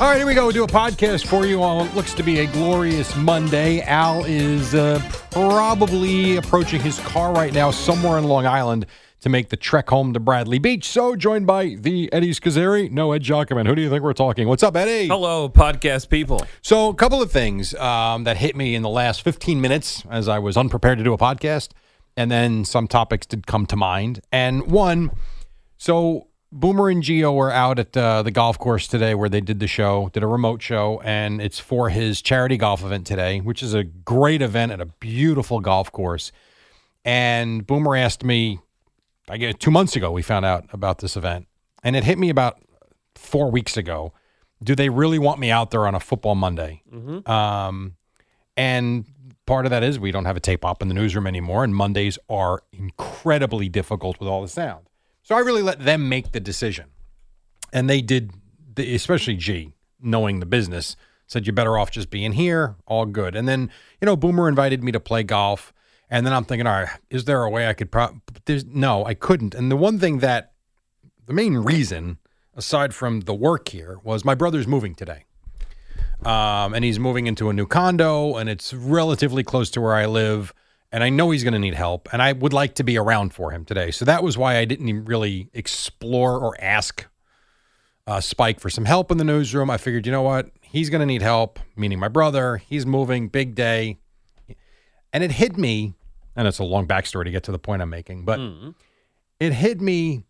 All right, here we go. We'll do a podcast for you on what looks to be a glorious Monday. Al is uh, probably approaching his car right now somewhere in Long Island to make the trek home to Bradley Beach. So, joined by the Eddie Scazzeri, no Ed Jockerman. Who do you think we're talking? What's up, Eddie? Hello, podcast people. So, a couple of things um, that hit me in the last 15 minutes as I was unprepared to do a podcast, and then some topics did come to mind. And one, so Boomer and Geo were out at uh, the golf course today where they did the show, did a remote show, and it's for his charity golf event today, which is a great event at a beautiful golf course. And Boomer asked me, I guess two months ago, we found out about this event, and it hit me about four weeks ago. Do they really want me out there on a football Monday? Um, and part of that is we don't have a tape op in the newsroom anymore, and Mondays are incredibly difficult with all the sound. So I really let them make the decision. And they did, the, especially G, knowing the business, said, You're better off just being here, all good. And then, you know, Boomer invited me to play golf. And then I'm thinking, All right, is there a way I could pro? There's, no, I couldn't. And the one thing that, the main reason, aside from the work here, was my brother's moving today um, and he's moving into a new condo, and it's relatively close to where I live. And I know he's going to need help, and I would like to be around for him today. So that was why I didn't even really explore or ask uh, Spike for some help in the newsroom. I figured, you know what? He's going to need help, meaning my brother. He's moving, big day. And it hit me, and it's a long backstory to get to the point I'm making, but it hit me.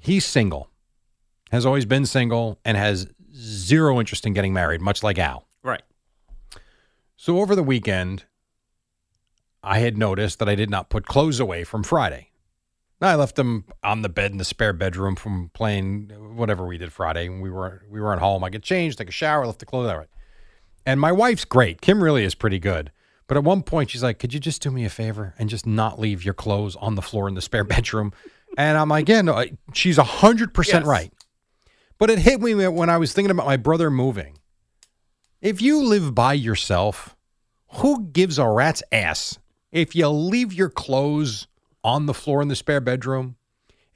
He's single, has always been single, and has zero interest in getting married, much like Al. Right. So over the weekend, I had noticed that I did not put clothes away from Friday. I left them on the bed in the spare bedroom from playing whatever we did Friday. We were we were at home. I get changed, take a shower, left the clothes out. And my wife's great. Kim really is pretty good. But at one point, she's like, "Could you just do me a favor and just not leave your clothes on the floor in the spare bedroom?" And I'm like, "Yeah, no." I- She's hundred percent Yes. right. But it hit me when I was thinking about my brother moving. If you live by yourself, who gives a rat's ass if you leave your clothes on the floor in the spare bedroom?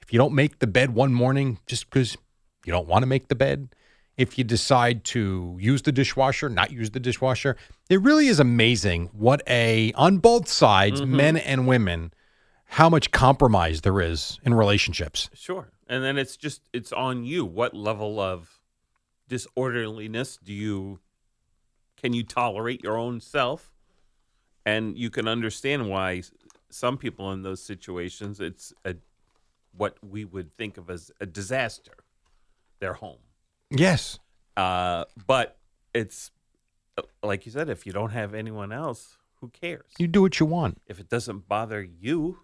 If you don't make the bed one morning just because you don't want to make the bed? If you decide to use the dishwasher, not use the dishwasher? It really is amazing what a, on both sides, men and women, how much compromise there is in relationships. Sure. And then it's just it's on you. What level of disorderliness do you can you tolerate your own self? And you can understand why s- some people in those situations it's a what we would think of as a disaster. Their home. Yes. Uh, but it's uh, like you said, if you don't have anyone else, who cares? You do what you want. if it doesn't bother you,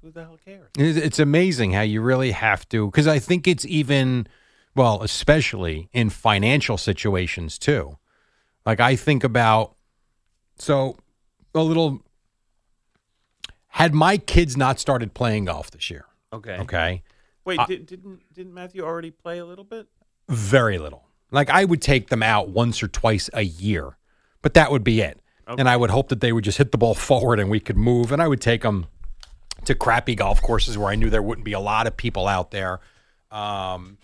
who the hell cares? It- It's amazing how you really have to, because I think it's even, well, especially in financial situations too. Like I think about, so a little, had my kids not started playing golf this year, Okay. okay? Wait, I- did, didn't didn't Matthew already play a little bit? Very little. Like I would take them out once or twice a year, but that would be it. And I would hope that they would just hit the ball forward and we could move. And I would take them to crappy golf courses where I knew there wouldn't be a lot of people out there. Um,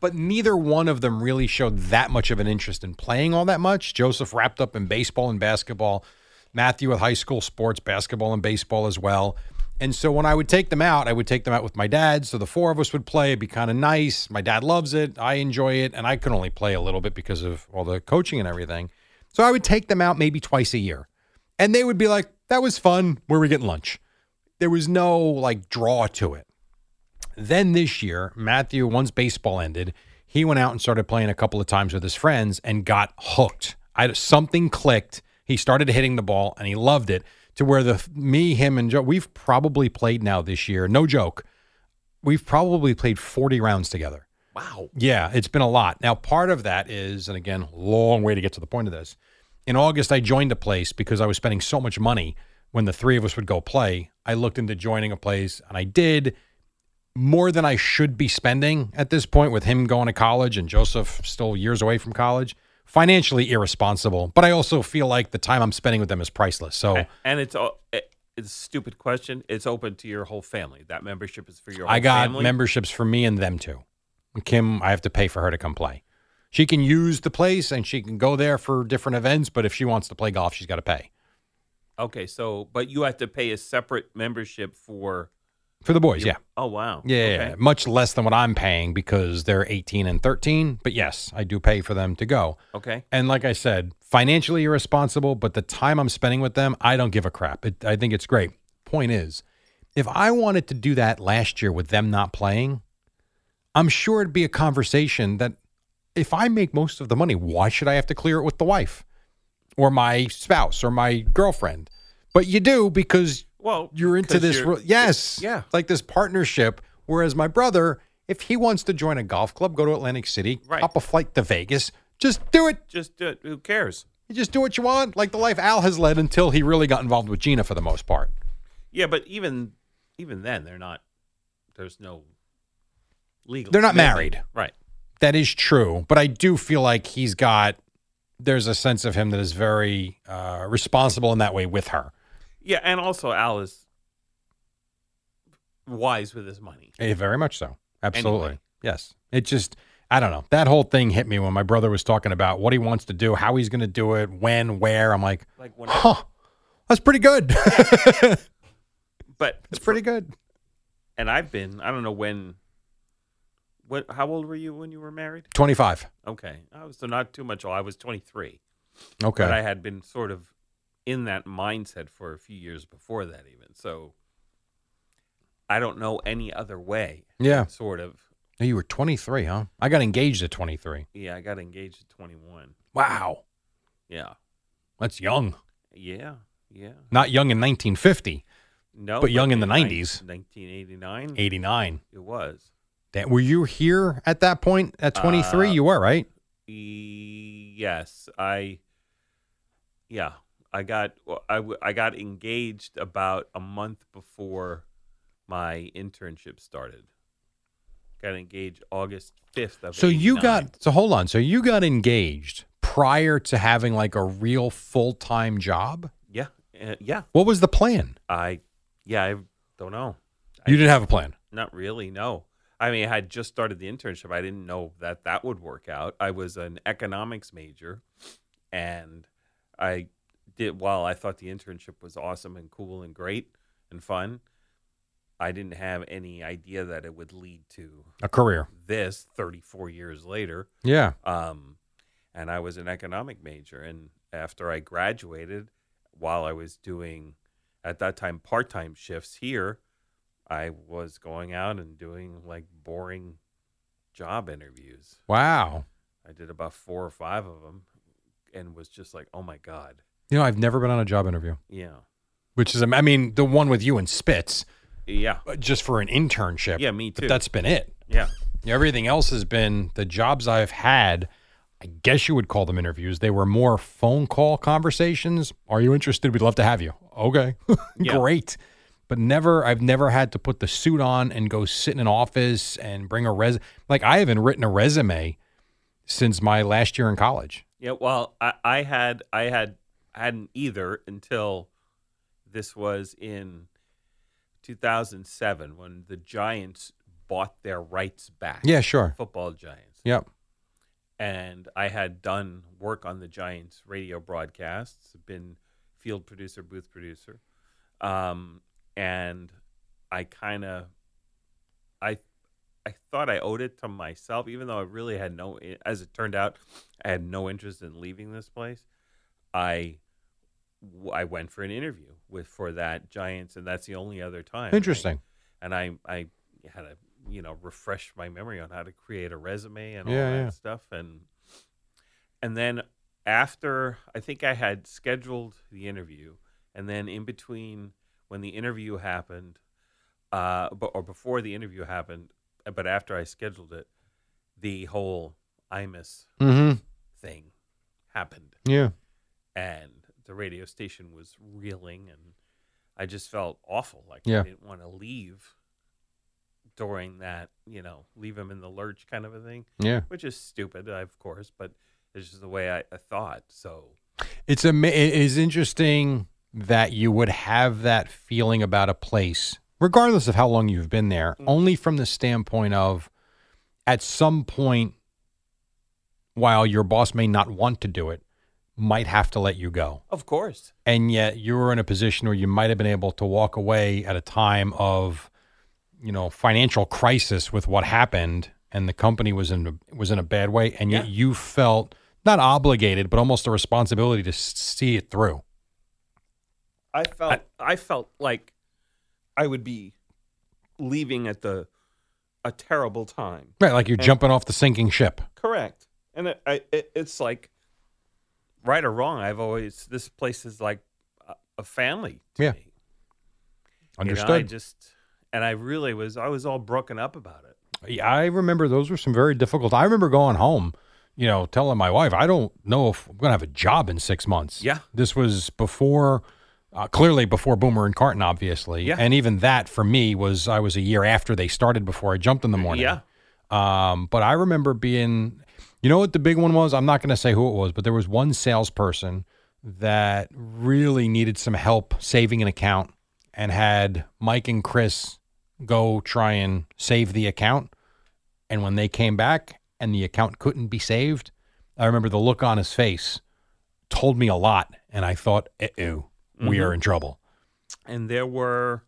but neither one of them really showed that much of an interest in playing all that much. Joseph wrapped up in baseball and basketball, Matthew at high school sports, basketball and baseball as well. And so when I would take them out, I would take them out with my dad. So the four of us would play. It'd be kind of nice. My dad loves it. I enjoy it. And I could only play a little bit because of all the coaching and everything. So I would take them out maybe twice a year. And they would be like, that was fun. Where are we getting lunch? There was no like draw to it. Then this year, Matthew, once baseball ended, he went out and started playing a couple of times with his friends and got hooked. I something clicked. He started hitting the ball and he loved it to where the me, him, and Joe, we've probably played now this year. No joke. We've probably played 40 rounds together. Wow. Yeah, it's been a lot. Now, part of that is, and again, long way to get to the point of this. In August, I joined a place because I was spending so much money when the three of us would go play. I looked into joining a place and I did more than I should be spending at this point with him going to college and Joseph still years away from college. Financially irresponsible, but I also feel like the time I'm spending with them is priceless. So A- And it's o- it- it's a stupid question. It's open to your whole family. That membership is for your. Whole I got family. memberships for me and them too. Kim, I have to pay for her to come play. She can use the place and she can go there for different events, but if she wants to play golf, she's got to pay Okay, so but you have to pay a separate membership for. for the boys. yeah. Oh wow. Yeah, yeah, Okay. yeah. much less than what I'm paying because they're 18 and 13. But yes, I do pay for them to go. Okay. And like I said, financially irresponsible, but the time I'm spending with them, I don't give a crap. It, I think it's great. Point is, if I wanted to do that last year with them not playing, I'm sure it'd be a conversation that if I make most of the money, why should I have to clear it with the wife or my spouse or my girlfriend? But you do because Well, you're into 'cause this. you're- ro- yes. Yeah. It's like this partnership. Whereas my brother, if he wants to join a golf club, go to Atlantic City, Right. hop a flight to Vegas, just do it. Just do it. Who cares? You just do what you want, like the life Al has led until he really got involved with Gina for the most part. Yeah, but even even then, they're not. There's no legal. They're not commitment. married. Right. That is true, but I do feel like he's got there's a sense of him that is very uh, responsible in that way with her. Yeah, and also Al is wise with his money. Eh, very much so. Absolutely. Anyway. Yes. It just I don't know. That whole thing hit me when my brother was talking about what he wants to do, how he's going to do it, when, where. I'm like, Like when, huh, that's pretty good. but it's pretty good. and I've been. I don't know when. What? How old were you when you were married? 25. Okay, I was so not too much. old. I was 23, Okay. but I had been sort of in that mindset for a few years before that, even. So I don't know any other way. yeah. Sort of. You were 23, huh? I got engaged at 23. Yeah, I got engaged at 21. Wow. Yeah, That's young. yeah, yeah. Not young in 1950, No, But young in the nine- 90s. 1989. 89. It was. That, were you here at that point at 23? Uh, you were, right? E- Yes, I. Yeah, I got well, I, w- I got engaged about a month before my internship started. Got engaged August fifth of. So you 89. got, so hold on. So you got engaged prior to having like a real full time job? yeah uh, yeah What was the plan? I yeah I don't know You didn't have a plan. not really no I mean I had just started the internship I didn't know that that would work out I was an economics major and I did while I thought the internship was awesome and cool and great and fun, I didn't have any idea that it would lead to A career. this 34 years later. Yeah. Um, and I was an economic major, and after I graduated, while I was doing at that time part time shifts here, I was going out and doing like boring job interviews. Wow. I did about four or five of them, and was just like, oh my god, You know, I've never been on a job interview, yeah. which is, am- I mean, the one with you and Spitz, Yeah. uh, just for an internship. Yeah, me too. But that's been it. Yeah. Everything else has been the jobs I've had. I guess you would call them interviews. They were more phone call conversations. Are you interested? We'd love to have you. Okay. Yeah. Great. But never, I've never had to put the suit on and go sit in an office and bring a res. Like, I haven't written a resume since my last year in college. Yeah. Well, I, I had, I had, I hadn't either until this was in 2007 when the Giants bought their rights back. Yeah, sure. Football Giants. Yep. And I had done work on the Giants radio broadcasts, been field producer, booth producer. Um, and I kind of I I thought I owed it to myself, even though I really had no. As it turned out, I had no interest in leaving this place. I I went for an interview with for that Giants, and that's the only other time. Interesting. And I I had to you know refresh my memory on how to create a resume and Yeah, all that yeah. stuff, and and then after I think I had scheduled the interview, and then in between when the interview happened, uh, but or before the interview happened, but after I scheduled it, the whole IMUS Mm-hmm. thing happened, Yeah. and the radio station was reeling, and I just felt awful. Like Yeah. I didn't want to leave during that, you know, leave him in the lurch kind of a thing, Yeah. which is stupid, of course, but it's just the way I, I thought. So It's ama- it is interesting that you would have that feeling about a place, regardless of how long you've been there, only from the standpoint of at some point, while your boss may not want to do it, might have to let you go. of course, and yet you were in a position where you might have been able to walk away at a time of you know financial crisis with what happened and the company was in a, was in a bad way and yet Yeah. you felt not obligated but almost a responsibility to s- see it through I felt I, felt like I would be leaving at the a terrible time. right like you're jumping off the sinking ship Correct. And it, I, it, it's like right or wrong. I've always this place is like a, a family. To Yeah. me. You know, understood I just and I really was I was all broken up about it. Yeah, I remember those were some very difficult. I remember going home, you know, telling my wife, I don't know if I'm going to have a job in six months. Yeah. This was before, uh, clearly before Boomer and Carton, obviously. Yeah. And even that for me was, I was a year after they started before I jumped in the morning. Yeah. Um, but I remember being, you know what the big one was? I'm not going to say who it was, but there was one salesperson that really needed some help saving an account and had Mike and Chris go try and save the account. And when they came back and the account couldn't be saved, I remember the look on his face told me a lot. And I thought, uh oh, we are in trouble. And there were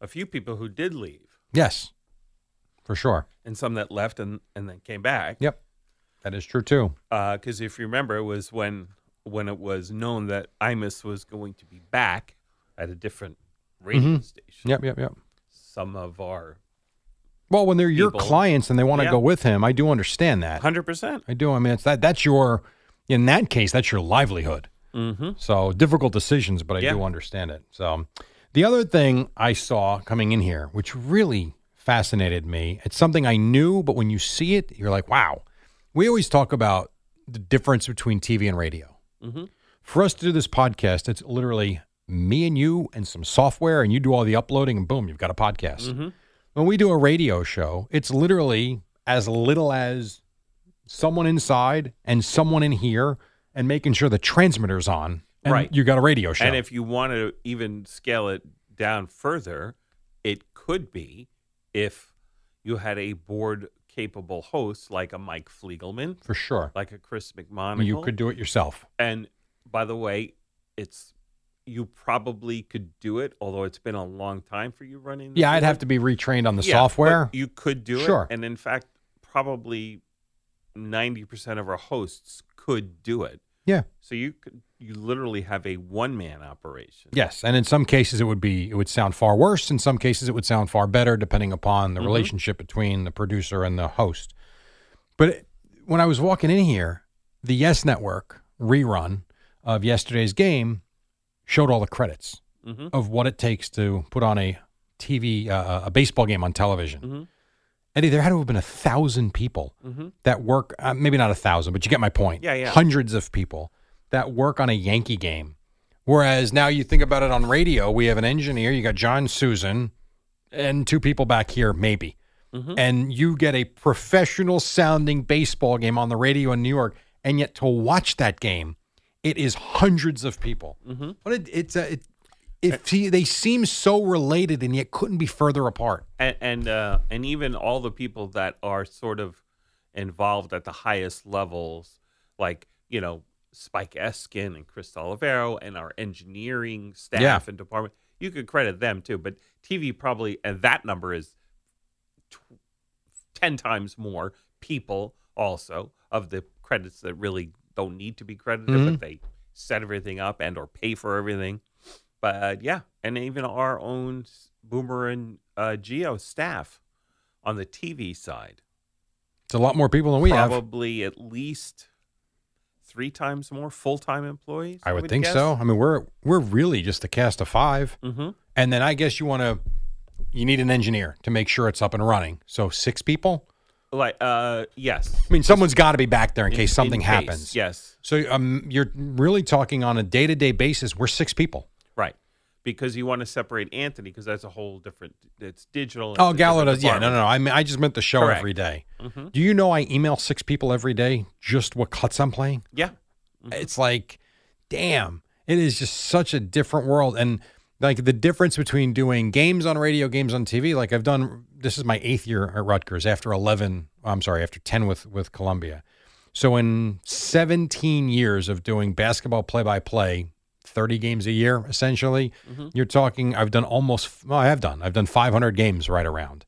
a few people who did leave Yes, for sure. and some that left and, and then came back. Yep. That is true too. because if you remember, it was when when it was known that Imus was going to be back at a different radio station. Mm-hmm. Yep, yep, yep. Some of our Well, when they're your people. clients and they want to Yeah. go with him, I do understand that. hundred percent. I do. I mean, it's that that's your in that case, that's your livelihood. Mm-hmm. So difficult decisions, but I Yeah. do understand it. So the other thing I saw coming in here, which really fascinated me, it's something I knew, but when you see it, you're like, wow. We always talk about the difference between TV and radio. Mhm. For us to do this podcast, it's literally me and you and some software, and you do all the uploading, and boom, you've got a podcast. Mm-hmm. When we do a radio show, it's literally as little as someone inside and someone in here and making sure the transmitter's on. And Right. You got a radio show. And if you want to even scale it down further, it could be if you had a board capable host like a Mike Fliegelman, for sure. like a Chris McMonagle. You could do it yourself. And by the way, it's you probably could do it, although it's been a long time for you running. Yeah, I'd have have to be retrained on the Yeah, software. but you could do Sure. it. And in fact, probably 90% of our hosts could do it. yeah. So you could, you literally have a one man operation. Yes, and in some cases it would be it would sound far worse. In some cases it would sound far better, depending upon Mm-hmm. the relationship between the producer and the host. But it- when I was walking in here, the Yes Network rerun of yesterday's game showed all the credits Mhm. of what it takes to put on a TV uh, a baseball game on television. Mm-hmm. Eddie, there had to have been a thousand people that work, uh, maybe not a thousand, but you get my point. Yeah, yeah. Hundreds of people that work on a Yankee game. Whereas now you think about it on radio, we have an engineer, you got John Susan, and two people back here, maybe. Mm-hmm. And you get a professional sounding baseball game on the radio in New York, and Mm-hmm. yet to watch that game, it is hundreds of people. But it, it's a, it, If he, they seem so related and yet couldn't be further apart. and and, uh, and even all the people that are sort of involved at the highest levels, like you know Spike Eskin and Chris Olivero and our engineering staff Yeah. and department, you could credit them too. But TV probably and that number is tw- ten times more people also of the credits that really don't need to be credited, but they set everything up and or pay for everything. But yeah, and even our own s- Boomer and uh, Geo staff on the TV side, It's a lot more people than we have. probably at least three times more full time employees. I would, think so. I mean, we're we're really just a cast of five, Mm-hmm. and then I guess you want to you need an engineer to make sure it's up and running. So six people. Like, uh, yes. I mean, someone's got to be back there in, In- case something in case, happens. Yes, So um, you're really talking on a day to day basis. We're six people. right. Because you want to separate Anthony, because that's a whole different. It's digital. and Oh, it's a Gallo different does. Yeah, no, department. no, no. I mean, I just meant the show Correct. every day. Mhm. Do you know I email six people every day just what cuts I'm playing? Yeah, It's like, damn, it is just such a different world. And like the difference between doing games on radio, games on TV, like I've done, this is my eighth year at Rutgers after 11, I'm sorry, after 10 with, with Columbia. So in 17 years of doing basketball play by play, 30 games a year, essentially, you're talking, I've done almost, well, I have done, I've done 500 games right around.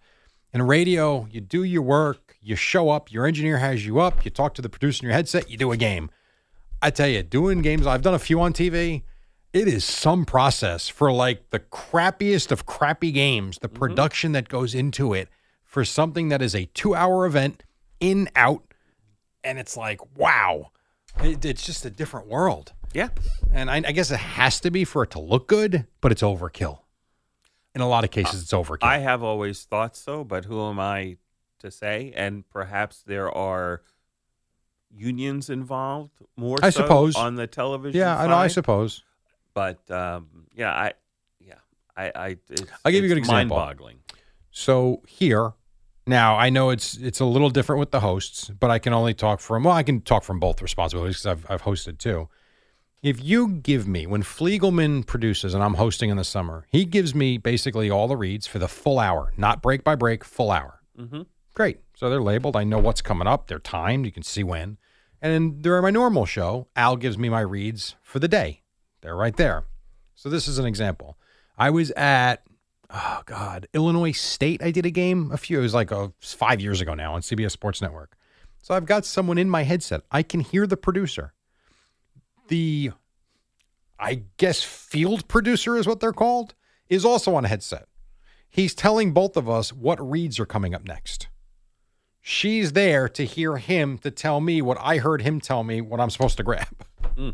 In radio, you do your work, you show up, your engineer has you up, you talk to the producer in your headset, you do a game. I tell you, doing games, I've done a few on TV. It is some process for like the crappiest of crappy games, the production that goes into it for something that is a two hour event in, out. And it's like, wow, it, it's just a different world. yeah. And I, I guess it has to be for it to look good, but it's overkill. In a lot of cases, it's overkill. I have always thought so, but who am I to say? And perhaps there are unions involved more I so suppose. on the television yeah, I know, I side. suppose. but um, yeah i yeah i i it's, I'll give you a it's good example. mind-boggling So here, now I know it's it's a little different with the hosts, but I can only talk from well, I can talk from both responsibilities because I've I've hosted too. If you give me when Fliegelman produces and I'm hosting in the summer, he gives me basically all the reads for the full hour, not break by break, full hour. Mhm. Great. So they're labeled. I know what's coming up. They're timed. You can see when. And then during my normal show, Al gives me my reads for the day. They're right there. So this is an example. I was at oh god illinois state i did a game a few it was like oh, it's five years ago now on cbs sports network so i've got someone in my headset i can hear the producer the i guess field producer is what they're called is also on a headset he's telling both of us what reads are coming up next she's there to hear him to tell me what i heard him tell me what i'm supposed to grab Mm.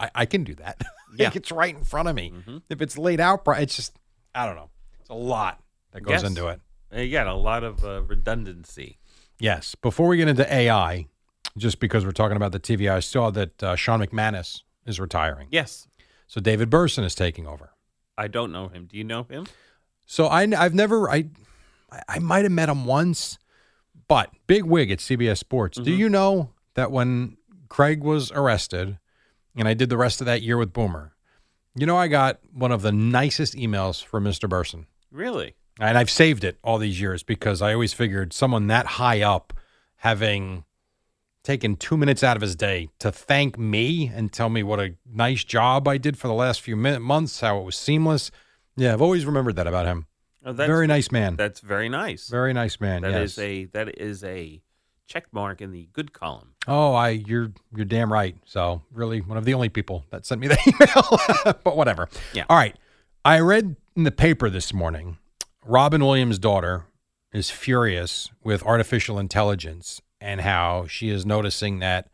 I, I can do that Yeah. Mm-hmm. like it's right in front of me if it's laid out bri- it's just I don't know. It's a lot that goes Yes. into it. and again a lot of uh, redundancy Yes. Before we get into AI, just because we're talking about the TV, I saw that uh, Sean McManus is retiring. yes So David Burson is taking over. i don't know him do you know him So I, have never, I, I- I might have met him once, but big wig at CBS Sports. Do you know that when Craig was arrested, and I did the rest of that year with Boomer, you know, I got one of the nicest emails from Mr. Burson. really and I've saved it all these years because I always figured someone that high up having taken two minutes out of his day to thank me and tell me what a nice job I did for the last few minute, months, how it was seamless. Yeah, I've always remembered that about him. oh, Very nice man. that's very nice Very nice man. That yes. is a that is a check mark in the good column oh, I you're you're damn right. So really, one of the only people that sent me that email. but whatever. Yeah. All right. I read in the paper this morning. Robin Williams' daughter is furious with artificial intelligence and how she is noticing that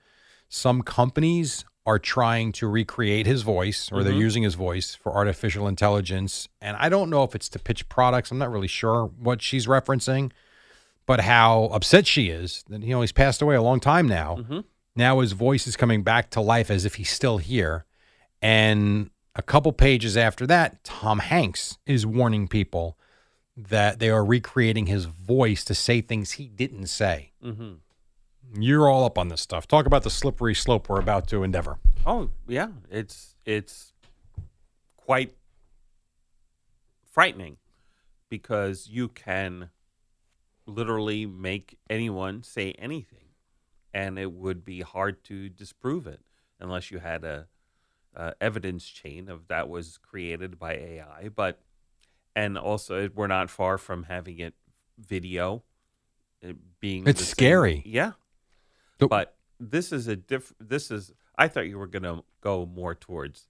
some companies are trying to recreate his voice or they're using his voice for artificial intelligence. And I don't know if it's to pitch products. I'm not really sure what she's referencing, but how upset she is that you know he's passed away a long time now. Now his voice is coming back to life as if he's still here. And a couple pages after that, Tom Hanks is warning people that they are recreating his voice to say things he didn't say. mm-hmm. You're all up on this stuff. Talk about the slippery slope we're about to endeavor. oh yeah it's it's quite frightening because you can literally make anyone say anything and it would be hard to disprove it unless you had a uh, evidence chain of that was created by AI but and also we're not far from having it video it being It's the same- scary. yeah The- but this is a diff this is I thought you were going to go more towards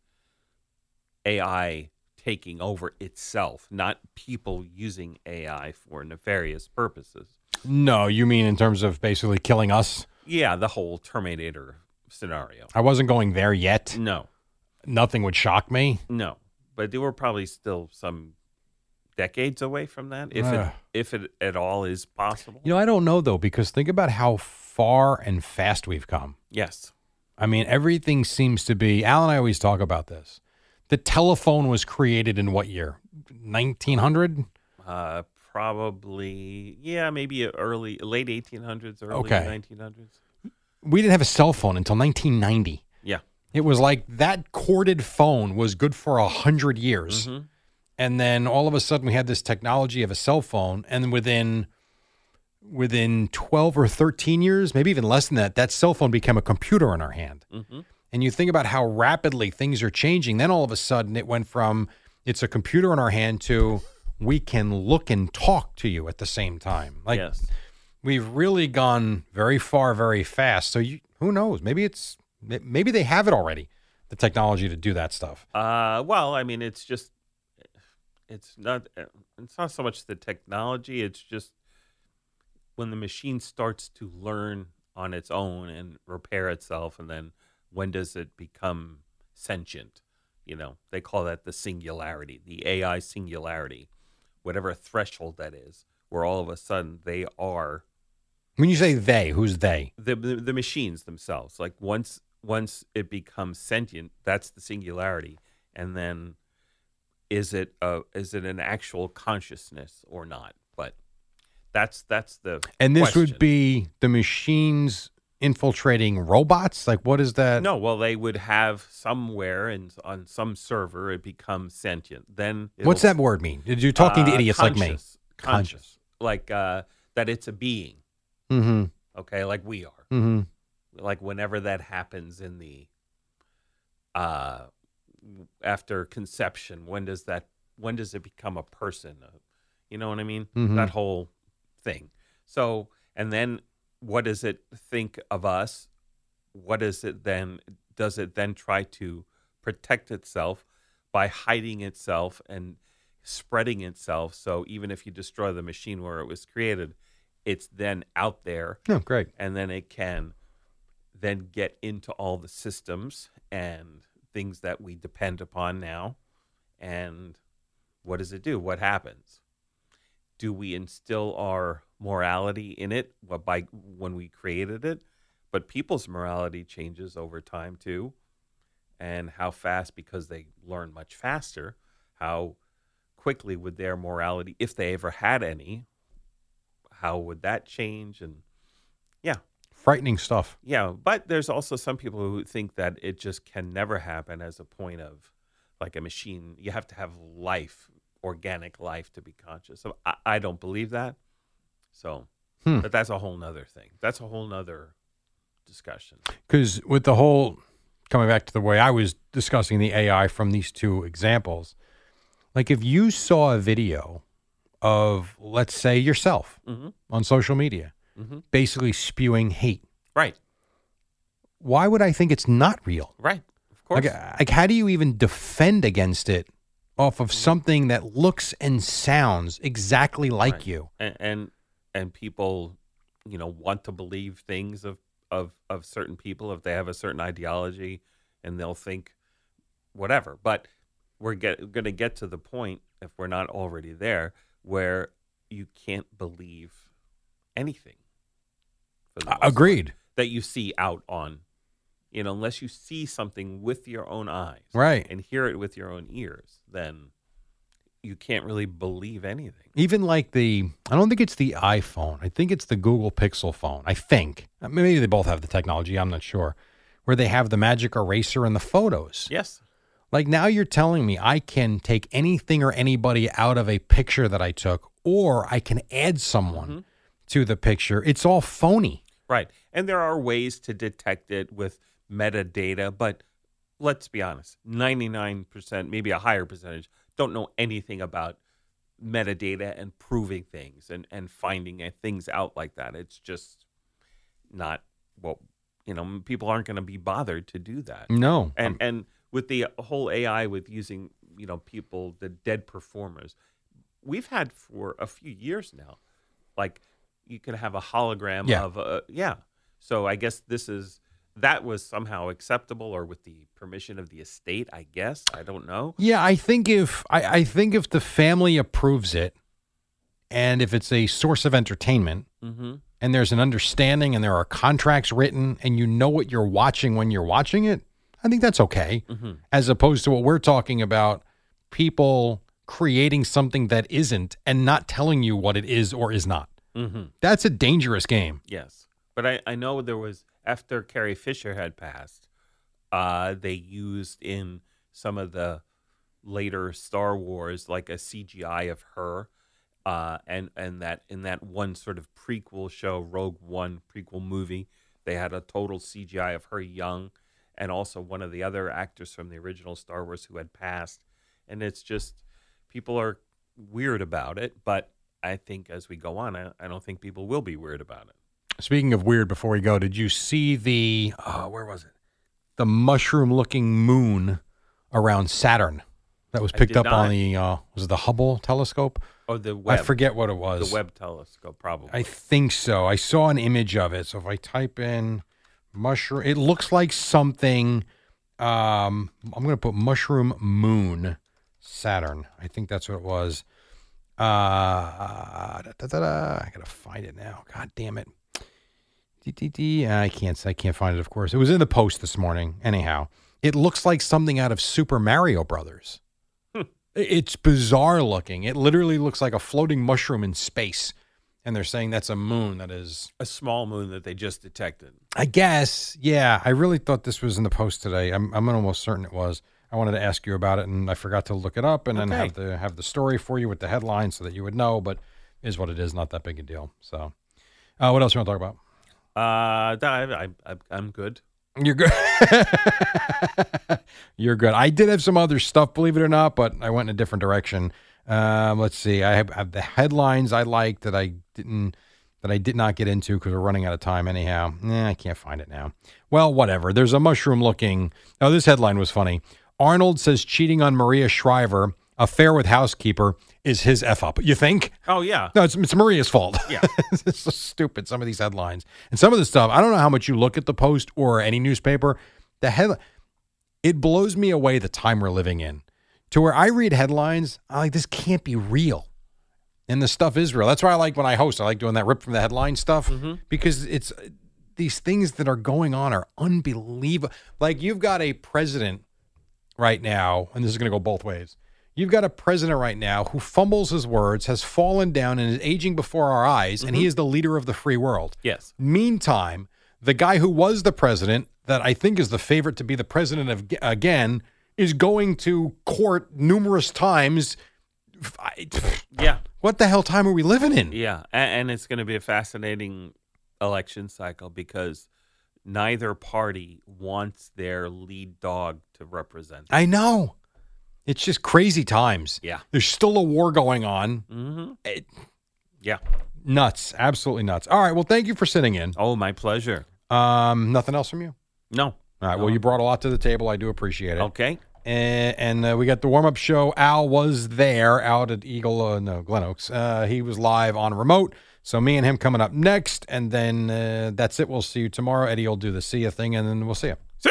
AI taking over itself, not people using AI for nefarious purposes. No, you mean in terms of basically killing us? Yeah, the whole Terminator scenario. I wasn't going there yet. No, Nothing would shock me. no, but they were probably still some decades away from that, if it, Ugh. if it at all is possible. Ah. You know, I don't know though, because think about how far and fast we've come. yes, I mean, everything seems to be. Al and I always talk about this. The telephone was created in what year? 1900? uh, probably. Yeah, maybe early, late 1800s, early Okay. 1900s. We didn't have a cell phone until 1990. Yeah, It was like that corded phone was good for a hundred years. And then all of a sudden we had this technology of a cell phone. And within within 12 or 13 years, maybe even less than that, that cell phone became a computer in our hand. And you think about how rapidly things are changing. Then all of a sudden it went from it's a computer in our hand to we can look and talk to you at the same time. Like yes. we've really gone very far very fast so you, who knows maybe it's may- maybe they have it already the technology to do that stuff Uh, well, I mean, it's just, it's not, it's not so much the technology. It's just when the machine starts to learn on its own and repair itself, and then when does it become sentient? You know, they call that the singularity, the AI singularity, whatever threshold that is, where all of a sudden they are when you say they who's they the, the the machines themselves. Like once once it becomes sentient, that's the singularity, and then is it a is it an actual consciousness or not? But that's that's the and this question. would be the machines infiltrating robots like what is that no. Well, they would have somewhere and on some server it becomes sentient. Then what's it'll- that word mean you're talking to Uh, idiots like me conscious, conscious, like uh, that it's a being. mm-hmm Okay, like we are. mm-hmm like whenever that happens in the uh after conception when does that when does it become a person Uh, you know what i mean Mhm. that whole thing so and then what does it think of us what is it then does it then try to protect itself by hiding itself and spreading itself so even if you destroy the machine where it was created it's then out there no great and then it can then get into all the systems and things that we depend upon now and what does it do what happens do we instill our morality in it wh- by when we created it but people's morality changes over time too and how fast because they learn much faster how quickly would their morality if they ever had any how would that change and yeah frightening stuff yeah, but there's also some people who think that it just can never happen as a point of like a machine. You have to have life, organic life to be conscious. So I, I don't believe that. So, Hmm. but that's a whole nother thing. That's a whole nother discussion. because with the whole coming back to the way I was discussing the AI from these two examples, like if you saw a video of, let's say, yourself Mhm. on social media, Mhm. basically spewing hate, Right. why would I think it's not real? Right. Of course. Like, like, how do you even defend against it off Mm-hmm. of something that looks and sounds exactly like Right. you? and, and and people you know want to believe things of of of certain people if they have a certain ideology and they'll think whatever but we're get, gonna get to the point if we're not already there where you can't believe anything for the most part, Agreed. that you see out on you know unless you see something with your own eyes Right. and hear it with your own ears then you can't really believe anything Even like the, I don't think it's the iPhone. I think it's the Google Pixel phone. I think Uh, maybe they both have the technology. I'm not sure. Where they have the magic eraser in the photos. yes Like now you're telling me I can take anything or anybody out of a picture that I took, or I can add someone Mm-hmm. to the picture. It's all phony. Right. And there are ways to detect it with metadata, but let's be honest 99%, maybe a higher percentage, don't know anything about metadata and proving things and, and finding uh, things out like that. It's just not what, you know, people aren't going to be bothered to do that. No. And, and with the whole AI, with using, you know, people, the dead performers, we've had for a few years now, like you could have a hologram Yeah. of a yeah. So I guess this is that was somehow acceptable or with the permission of the estate, I guess. I don't know. Yeah, I think if I, I think if the family approves it, and if it's a source of entertainment, Mhm. and there's an understanding, and there are contracts written, and you know what you're watching when you're watching it, I think that's okay. As opposed to what we're talking about, people creating something that isn't and not telling you what it is or is not. Mhm. That's a dangerous game. Yes. But I, I know there was after Carrie Fisher had passed, uh, they used in some of the later Star Wars like a CGI of her. Uh, and and that in that one sort of prequel show, Rogue One prequel movie, they had a total CGI of her young, and also one of the other actors from the original Star Wars who had passed. And it's just people are weird about it, but I think as we go on, I, I don't think people will be weird about it. Speaking of weird, before we go, did you see the uh, where was it? The mushroom-looking moon around Saturn that was I picked up did on not. the uh, was it the Hubble telescope? Oh, the web. I forget what it was. the web telescope, probably. I think so. I saw an image of it. So if I type in mushroom, it looks like something. Um, I'm going to put mushroom moon Saturn. I think that's what it was. Uh, da, da, da, da. I got to find it now. God damn it. Dee, dee, dee. Uh, I can't. I can't find it. Of course, it was in the post this morning. Anyhow, it looks like something out of Super Mario Brothers. It- It's bizarre looking. It literally looks like a floating mushroom in space and they're saying that's a moon that is a small moon that they just detected. i guess yeah i really thought this was in the post today i'm, I'm almost certain it was i wanted to ask you about it and i forgot to look it up and then have the have the story for you with the headline so that you would know but is what it is not that big a deal so uh, what else you want to talk about Uh, that- I, I, I, I'm good. you're good you're good i did have some other stuff believe it or not but i went in a different direction um, let's see I have, I have the headlines i liked that i didn't that i did not get into because we're running out of time anyhow nah, i can't find it now well whatever there's a mushroom looking oh this headline was funny arnold says cheating on maria shriver affair with housekeeper is his f up you think Oh yeah, no, it's, it's Maria's fault. Yeah. it's so stupid. Some of these headlines and some of the stuff. I don't know how much you look at the Post or any newspaper. The head, it blows me away the time we're living in, to where I read headlines. I'm like, this can't be real, and the stuff is real. That's why I like when I host. I like doing that rip from the headline stuff because it's these things that are going on are unbelievable. Like you've got a president right now, and this is going to go both ways. You've got a president right now who fumbles his words, has fallen down, and is aging before our eyes, and he is the leader of the free world. yes. Meantime, the guy who was the president, that I think is the favorite to be the president of, again, is going to court numerous times. I- Yeah, What the hell time are we living in? yeah, A- and, and it's going to be a fascinating election cycle because neither party wants their lead dog to represent. Them. I know. It's just crazy times. Yeah. There's still a war going on. Mm-hmm. It- yeah. Nuts. Absolutely nuts. All right. Well, thank you for sitting in. Oh, my pleasure. Um, nothing else from you? No. All right. Well, you brought a lot to the table. I do appreciate it. Okay. And, and uh, we got the warm up show. Al was there out at Eagle, uh, no, Glen Oaks. Uh, he was live on remote. So me and him coming up next. And then uh, that's it. We'll see you tomorrow. Eddie will do the see ya thing, and then we'll see you. So.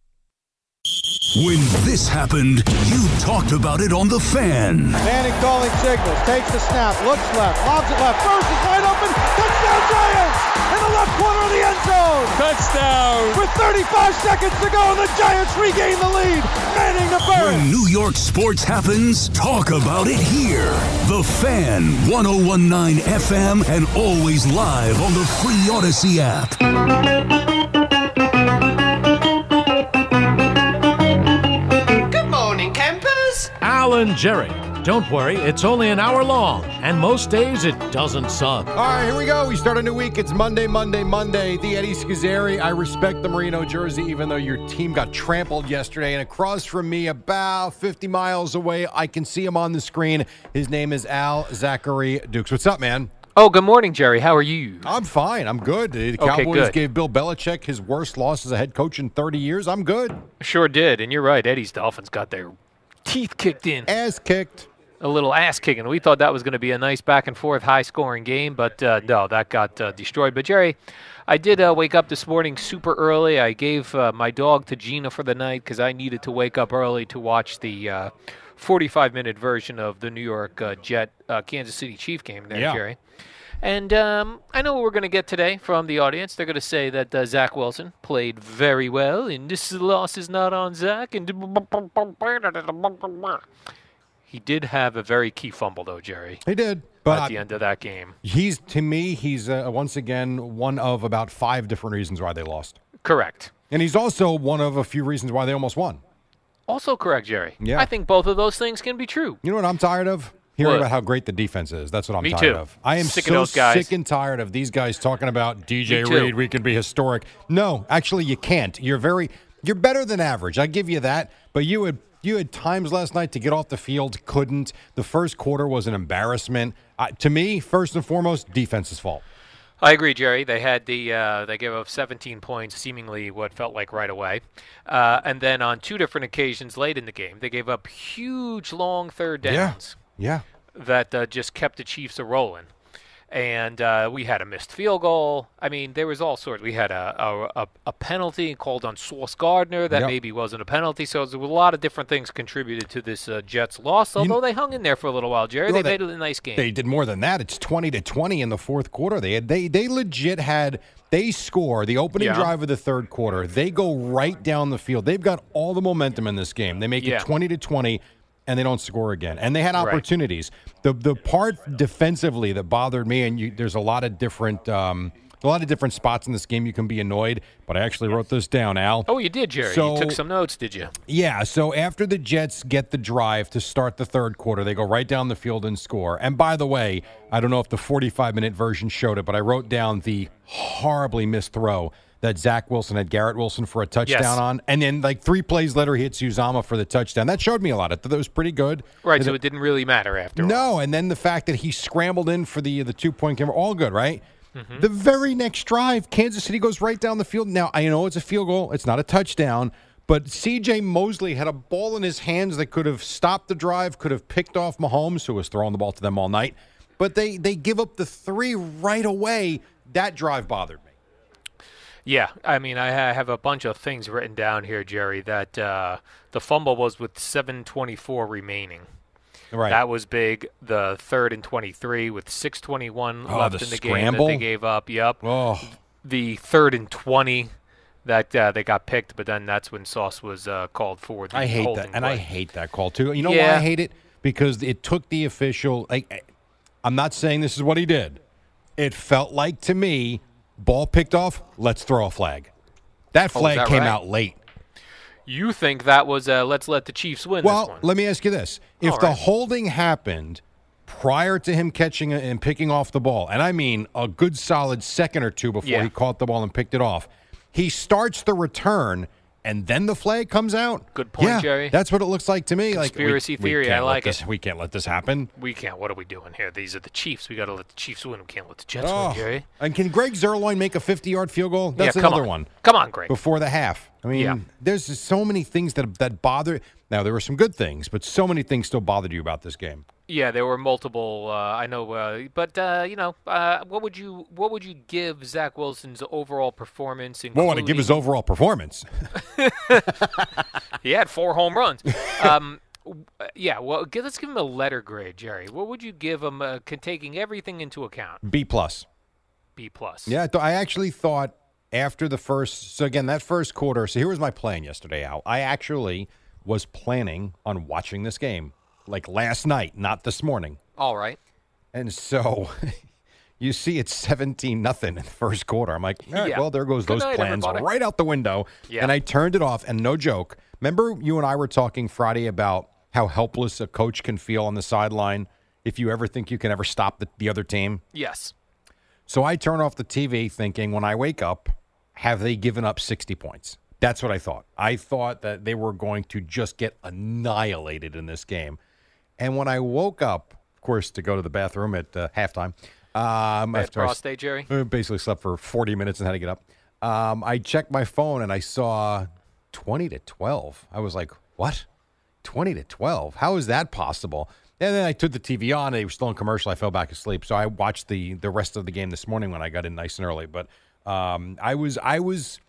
When this happened, you talked about it on The Fan. Manning calling signals, takes the snap, looks left, lobs it left, first is wide open, touchdown Giants! In the left corner of the end zone! Touchdown! With 35 seconds to go, the Giants regain the lead! Manning to Burns! When New York sports happens, talk about it here. The Fan, 1019 FM, and always live on the free Odyssey app. Good morning, campers. Alan Jerry. Don't worry, it's only an hour long, and most days it doesn't suck. All right, here we go. We start a new week. It's Monday, Monday, Monday. The Eddie Scazzeri. I respect the Merino jersey, even though your team got trampled yesterday. And across from me, about 50 miles away, I can see him on the screen. His name is Al Zachary Dukes. What's up, man? Oh, good morning, Jerry. How are you? I'm fine. I'm good. The Okay, Cowboys good. gave Bill Belichick his worst loss as a head coach in 30 years. I'm good. Sure did, and you're right. Eddie's Dolphins got their teeth kicked in, ass kicked, a little ass kicking. We thought that was going to be a nice back and forth, high scoring game, but uh, no, that got uh, destroyed. But Jerry, I did uh, wake up this morning super early. I gave uh, my dog to Gina for the night because I needed to wake up early to watch the uh, 45 minute version of the New York uh, Jet uh, Kansas City Chief game. There, Yeah. Jerry. And um, I know what we're going to get today from the audience. They're going to say that uh, Zach Wilson played very well, and this loss is not on Zach. And he did have a very key fumble, though, Jerry. He did. at But the end of that game. He's to me, he's uh, once again one of about five different reasons why they lost. Correct. And he's also one of a few reasons why they almost won. Also correct, Jerry. Yeah. I think both of those things can be true. You know what I'm tired of? Hearing What? about how great the defense is. That's what I'm Me tired too. of. I am Sick of so those guys. sick and tired of these guys talking about Me DJ too. Reed. We can be historic. No, actually, you can't. You're very, you're better than average. I give you that. But you had you had times last night to get off the field. Couldn't. The first quarter was an embarrassment. I, to me, first and foremost, defense's fault. I agree, Jerry. They had the uh, they gave up 17 points, seemingly what felt like right away, uh, and then on two different occasions late in the game, they gave up huge long third downs Yeah. that uh, just kept the Chiefs a rolling. And uh, we had a missed field goal. I mean, there was all sorts. We had a a, a, a penalty called on Sauce Gardner that Yep. maybe wasn't a penalty. So there was a lot of different things contributed to this uh, Jets loss. Although they hung in there for a little while, Jerry. No, they, they- made it a nice game. They did more than that. It's twenty to twenty in the fourth quarter. They had, they they legit had they score the opening Yeah. drive of the third quarter. They go right down the field. They've got all the momentum in this game. They make Yeah. it twenty to twenty, and they don't score again. And they had Right. opportunities. The the part defensively that bothered me, and you, there's a lot of different. Um, a lot of different spots in this game you can be annoyed, but I actually wrote this down, Al. Oh, you did, Jerry. you So- took some notes, did you? yeah, so after the Jets get the drive to start the third quarter, they go right down the field and score. And by the way, I don't know if the 45 minute version showed it, but I wrote down the horribly missed throw that Zach Wilson had Garrett Wilson for a touchdown Yes. on. And then, like, three plays later, he hits Uzama for the touchdown. That showed me a lot. I thought that was pretty good. Right. And So it- it didn't really matter after. no, and then the fact that he scrambled in for the the two point game, all good, right? Mm-hmm. The very next drive, Kansas City goes right down the field. Now I know it's a field goal, it's not a touchdown, but C.J. Mosley had a ball in his hands that could have stopped the drive, could have picked off Mahomes, who was throwing the ball to them all night. But they they give up the three right away. That drive bothered me. Yeah, I mean, I ha- have a bunch of things written down here, Jerry. That uh, the fumble was with 7:24 remaining. Right. That was big. The third and 23 with 6:21 Oh, left the in the game that scramble? they gave up. Yep. Oh. The third and 20 that uh, they got picked, but then that's when Sauce was uh, called for. The I hate that, holding and I play. hate that call too. You know why Yeah. I hate it? Because it took the official. Like, I'm not saying this is what he did. It felt like to me, ball picked off. Let's throw a flag. That Oh, is flag that came right? out late. You think that was uh, let's let the Chiefs win this Well, one? let me ask you this: If All the right. holding happened prior to him catching it and picking off the ball, and I mean a good solid second or two before Yeah. he caught the ball and picked it off, he starts the return and then the flag comes out. Good point, yeah, Jerry. That's what it looks like to me. Like we- Conspiracy we theory, can't I let like it. this- We can't let this happen. We can't. What are we doing here? These are the Chiefs. We got to let the Chiefs win. We can't let the Jets Oh, win, Jerry. And can Greg Zerloin make a 50 yard field goal? Yeah, That's come another on. one. Come on, Greg. Before the half. I mean, Yeah. there's just so many things that, that bother. Now, there were some good things, but so many things still bothered you about this game. Yeah, there were multiple. Uh, I know, uh, but uh, you know, uh, what would you what would you give Zach Wilson's overall performance? Well, want to including- give his overall performance. He had four home runs. um, w- uh, yeah, well, g- let's give him a letter grade, Jerry. What would you give him, uh, c- taking everything into account? B plus. B plus. Yeah, I th- I actually thought after the first. So again, that first quarter. So here was my plan yesterday, Al. I actually was planning on watching this game like last night, not this morning. All right. And so you see it's 17 nothing in the first quarter. I'm like, all right, Yeah. well, there goes Good those night, plans everybody. right out the window. Yeah. And I turned it off and no joke. Remember you and I were talking Friday about how helpless a coach can feel on the sideline if you ever think you can ever stop the, the other team? Yes. So I turn off the TV thinking when I wake up, have they given up 60 points? That's what I thought. I thought that they were going to just get annihilated in this game. And when I woke up, of course, to go to the bathroom at uh, halftime, um, Bad after I s- prostate, Jerry. uh, basically slept for 40 minutes and had to get up, um, I checked my phone and I saw 20 to 12. I was like, what? 20 to 12. How is that possible? And then I took the TV on. They were still in commercial. I fell back asleep. So I watched the the rest of the game this morning when I got in nice and early. But um, I was I was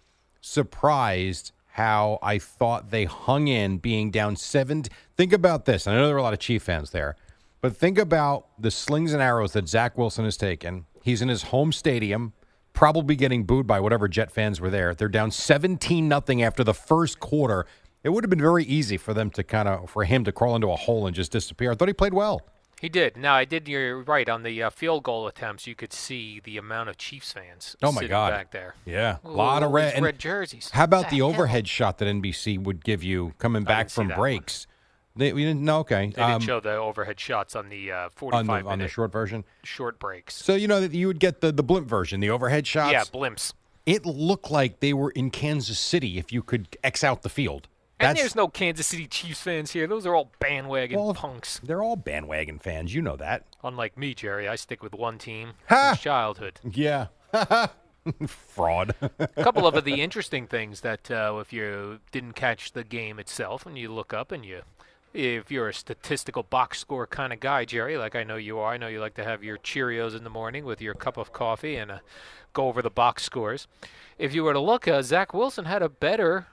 surprised how I thought they hung in being down seven. Think about this. I know there were a lot of Chief fans there, but think about the slings and arrows that Zach Wilson has taken. He's in his home stadium, probably getting booed by whatever Jet fans were there. They're down 17 nothing after the first quarter. It would have been very easy for them to kind of for him to crawl into a hole and just disappear. I thought he played well. He did. Now I did. You're right on the uh, field goal attempts. You could see the amount of Chiefs fans. Oh my sitting god. back there. Yeah. A Ooh, lot of all red these and red jerseys. How about What the, the hell? overhead shot that NBC would give you coming back see from that one. breaks? They we didn't know okay. They Um, didn't show the overhead shots on the uh, on 45 the, on the minute short version. short breaks. So you know that you would get the the blimp version, the overhead shots. Yeah, blimps. It looked like they were in Kansas City if you could X out the field. and there's no Kansas City Chiefs fans here. Those are all bandwagon punks. They're all bandwagon fans, you know that. Unlike me, Jerry, I stick with one team Ha! since childhood. Yeah. Fraud. A couple of the interesting things that uh, if you didn't catch the game itself and you look up and you if you're a statistical box score kind of guy jerry like i know you are i know you like to have your cheerios in the morning with your cup of coffee and uh, go over the box scores if you were to look uh, zach wilson had a better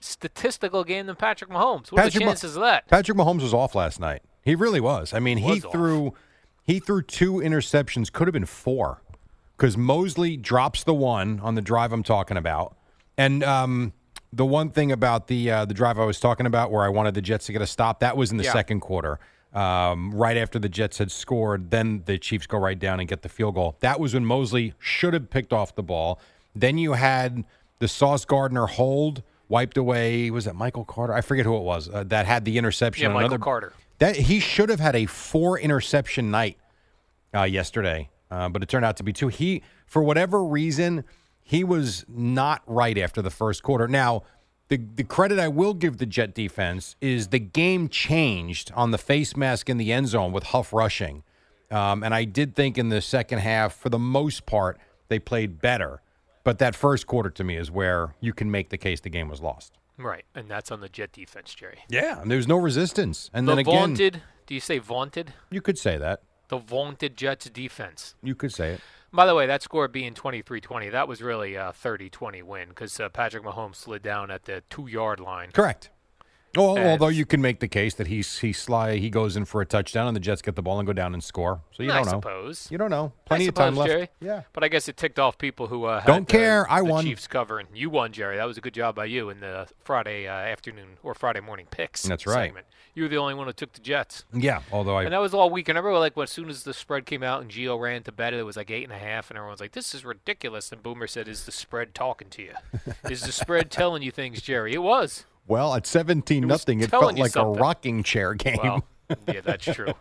statistical game than patrick mahomes what are the Mah- chances of that Patrick Mahomes was off last night. He really was. I mean, he Was off. threw he threw two interceptions, could have been four, because Mosley drops the one on the drive I'm talking about, and um, the one thing about the uh, the drive I was talking about where I wanted the Jets to get a stop that was in the Yeah. second quarter. Um, right after the Jets had scored, then the Chiefs go right down and get the field goal. That was when Mosley should have picked off the ball. Then you had the Sauce Gardner hold wiped away. Was it Michael Carter? I forget who it was uh, that had the interception. yeah and michael another- carter That he should have had a four interception night uh, yesterday, uh, but it turned out to be two. He, for whatever reason, he was not right after the first quarter. Now, the the credit I will give the Jet defense is the game changed on the face mask in the end zone with Huff rushing, um, and I did think in the second half, for the most part, they played better. But that first quarter to me is where you can make the case the game was lost. right and that's on the jet defense jerry Yeah, and there was no resistance, and the then again, vaunted do you say vaunted you could say that. the vaunted jets defense You could say it. By the way, that score being 23-20, that was really a 30-20 win because uh, Patrick Mahomes slid down at the two-yard line. Correct. Well, And- although you can make the case that he's he sly he goes in for a touchdown and the Jets get the ball and go down and score. So you I don't know. suppose. You don't know. I Plenty of time suppose, left. Jerry. Yeah. But I guess it ticked off people who uh, had Don't the- care. I the won. Chiefs covering. You won, Jerry. That was a good job by you in the Friday uh, afternoon or Friday morning picks. That's right. Segment. You were the only one who took the Jets. Yeah. Although And I that was all week. And I remember, like, when, as soon as the spread came out and Gio ran to bed, it was like eight and a half, and everyone's like, "This is ridiculous." And Boomer said, "Is the spread talking to you? Is the spread telling you things, Jerry?" It was. well at seventeen was nothing it telling felt you like something. a rocking chair game. Well, yeah, that's true.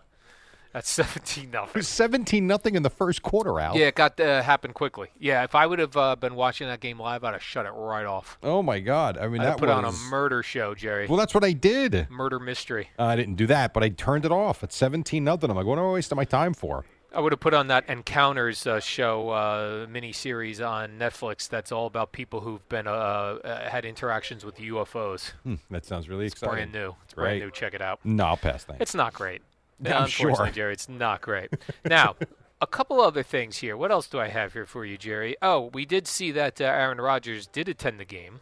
That's 17 It nothing. was 17 nothing in the first quarter, Al. Yeah, it got uh, happened quickly. Yeah, if I would have uh, been watching that game live, I'd have shut it right off. Oh, my God. I mean, I that put was... on a murder show, Jerry. Well, that's what I did. murder mystery. Uh, I didn't do that, but I turned it off at 17 nothing. I'm like, what am I wasting my time for? I would have put on that Encounters uh, show uh, mini series on Netflix. That's all about people who've been uh, uh, had interactions with UFOs. Hmm, that sounds really It's exciting. brand new. It's Right. brand new. Check it out. No, I'll pass that. It's not great. Yeah, I'm Unfortunately, sure. Jerry, it's not great. now, a couple other things here. What else do I have here for you, Jerry? Oh, we did see that uh, Aaron Rodgers did attend the game,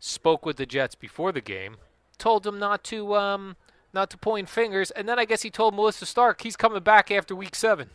spoke with the Jets before the game, told them not to um, not to point fingers, and then I guess he told Melissa Stark he's coming back after Week Seven.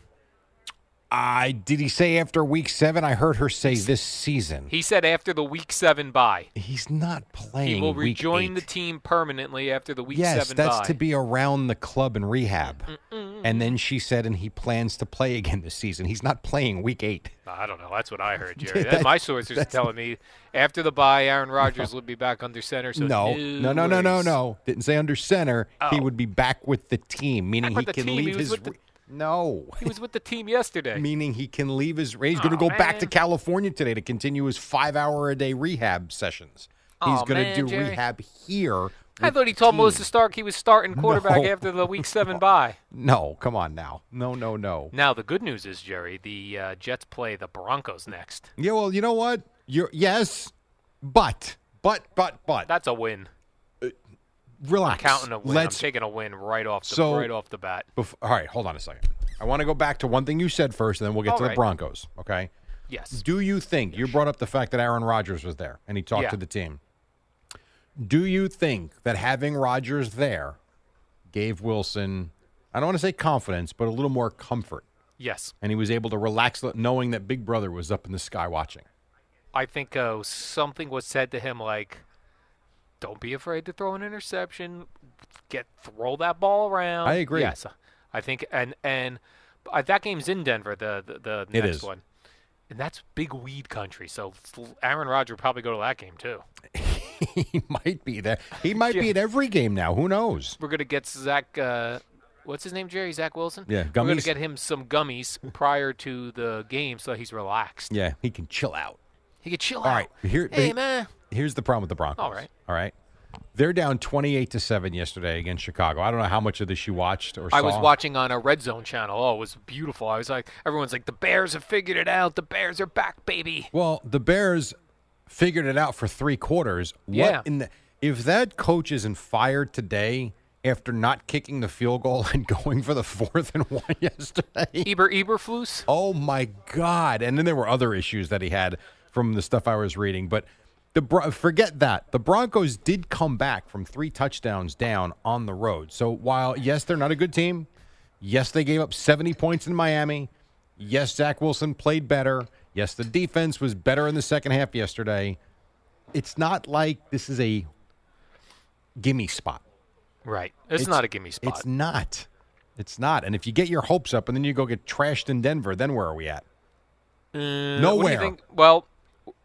I did he say after week seven? I heard her say this season. He said after the Week Seven bye, He's not playing. he will week rejoin eight. the team permanently after the Week yes, Seven that's bye. to be around the club and rehab. And then she said, and he plans to play again this season. He's not playing week eight. I don't know. That's what I heard, Jerry. Yeah, That- that's- my sources are that's- telling me after the bye, Aaron Rodgers would be back under center. So no, no, no, no, no, no. Didn't say under center. He Oh. would be back with the team, meaning Back with he the can team. He leave was his. with the- re- no, He was with the team yesterday. meaning he can leave his. He's going to Aw, go back to man. California today to continue his five-hour-a-day rehab sessions. He's Aw, going to man, do Jerry. rehab here. I with thought he the told team. Melissa Stark he was starting quarterback No. after the week seven bye. No, come on now. No, no, no. Now the good news is, Jerry, the uh, Jets play the Broncos next. Yeah, well, you know what? You're yes, but but but but That's a win. relax. Counting a win. Let's I'm taking a win right off the So- right off the bat. bef- all right. Hold on a second. I want to go back to one thing you said first, and then we'll get All to the right. Broncos. Okay. Yes. Do you think you brought up the fact that Aaron Rodgers was there and he talked Yeah. to the team? Do you think that having Rodgers there gave Wilson, I don't want to say confidence, but a little more comfort, Yes. and he was able to relax, knowing that Big Brother was up in the sky watching? I think uh, something was said to him like, "Don't be afraid to throw an interception. Get throw that ball around." I agree. Yes, I think and and uh, that game's in Denver. The the, the It next is. one, and that's big weed country. So Aaron Rodgers will probably go to that game too. he might be there. He might be Yeah. at every game now. Who knows? We're gonna get Zach. Uh, what's his name? Jerry Zach Wilson. Yeah, We're gonna gummies. get him some gummies prior to the game so he's relaxed. Yeah, he can chill out. He could chill All out. right, here- hey but- man. Here's the problem with the Broncos. All right. All right. They're down 28 to 7 yesterday against Chicago. I don't know how much of this you watched or I saw. was watching on a Red Zone channel. Oh, it was beautiful. I was like, everyone's like, the Bears have figured it out. The Bears are back, baby. Well, the Bears figured it out for 3 quarters. What Yeah. in the If that coach isn't fired today after not kicking the field goal and going for the fourth and one yesterday. Eber Eberflus. Oh my God! And then there were other issues that he had from the stuff I was reading, but the Bro- forget that the Broncos did come back from three touchdowns down on the road. So while yes, they're not a good team, yes, they gave up seventy points in Miami. Yes, Zach Wilson played better. Yes, the defense was better in the second half yesterday. It's not like this is a gimme spot. Right. It's, not a gimme spot. It's not. It's not. And if you get your hopes up and then you go get trashed in Denver, then where are we at? Uh, What do nowhere. you think, well,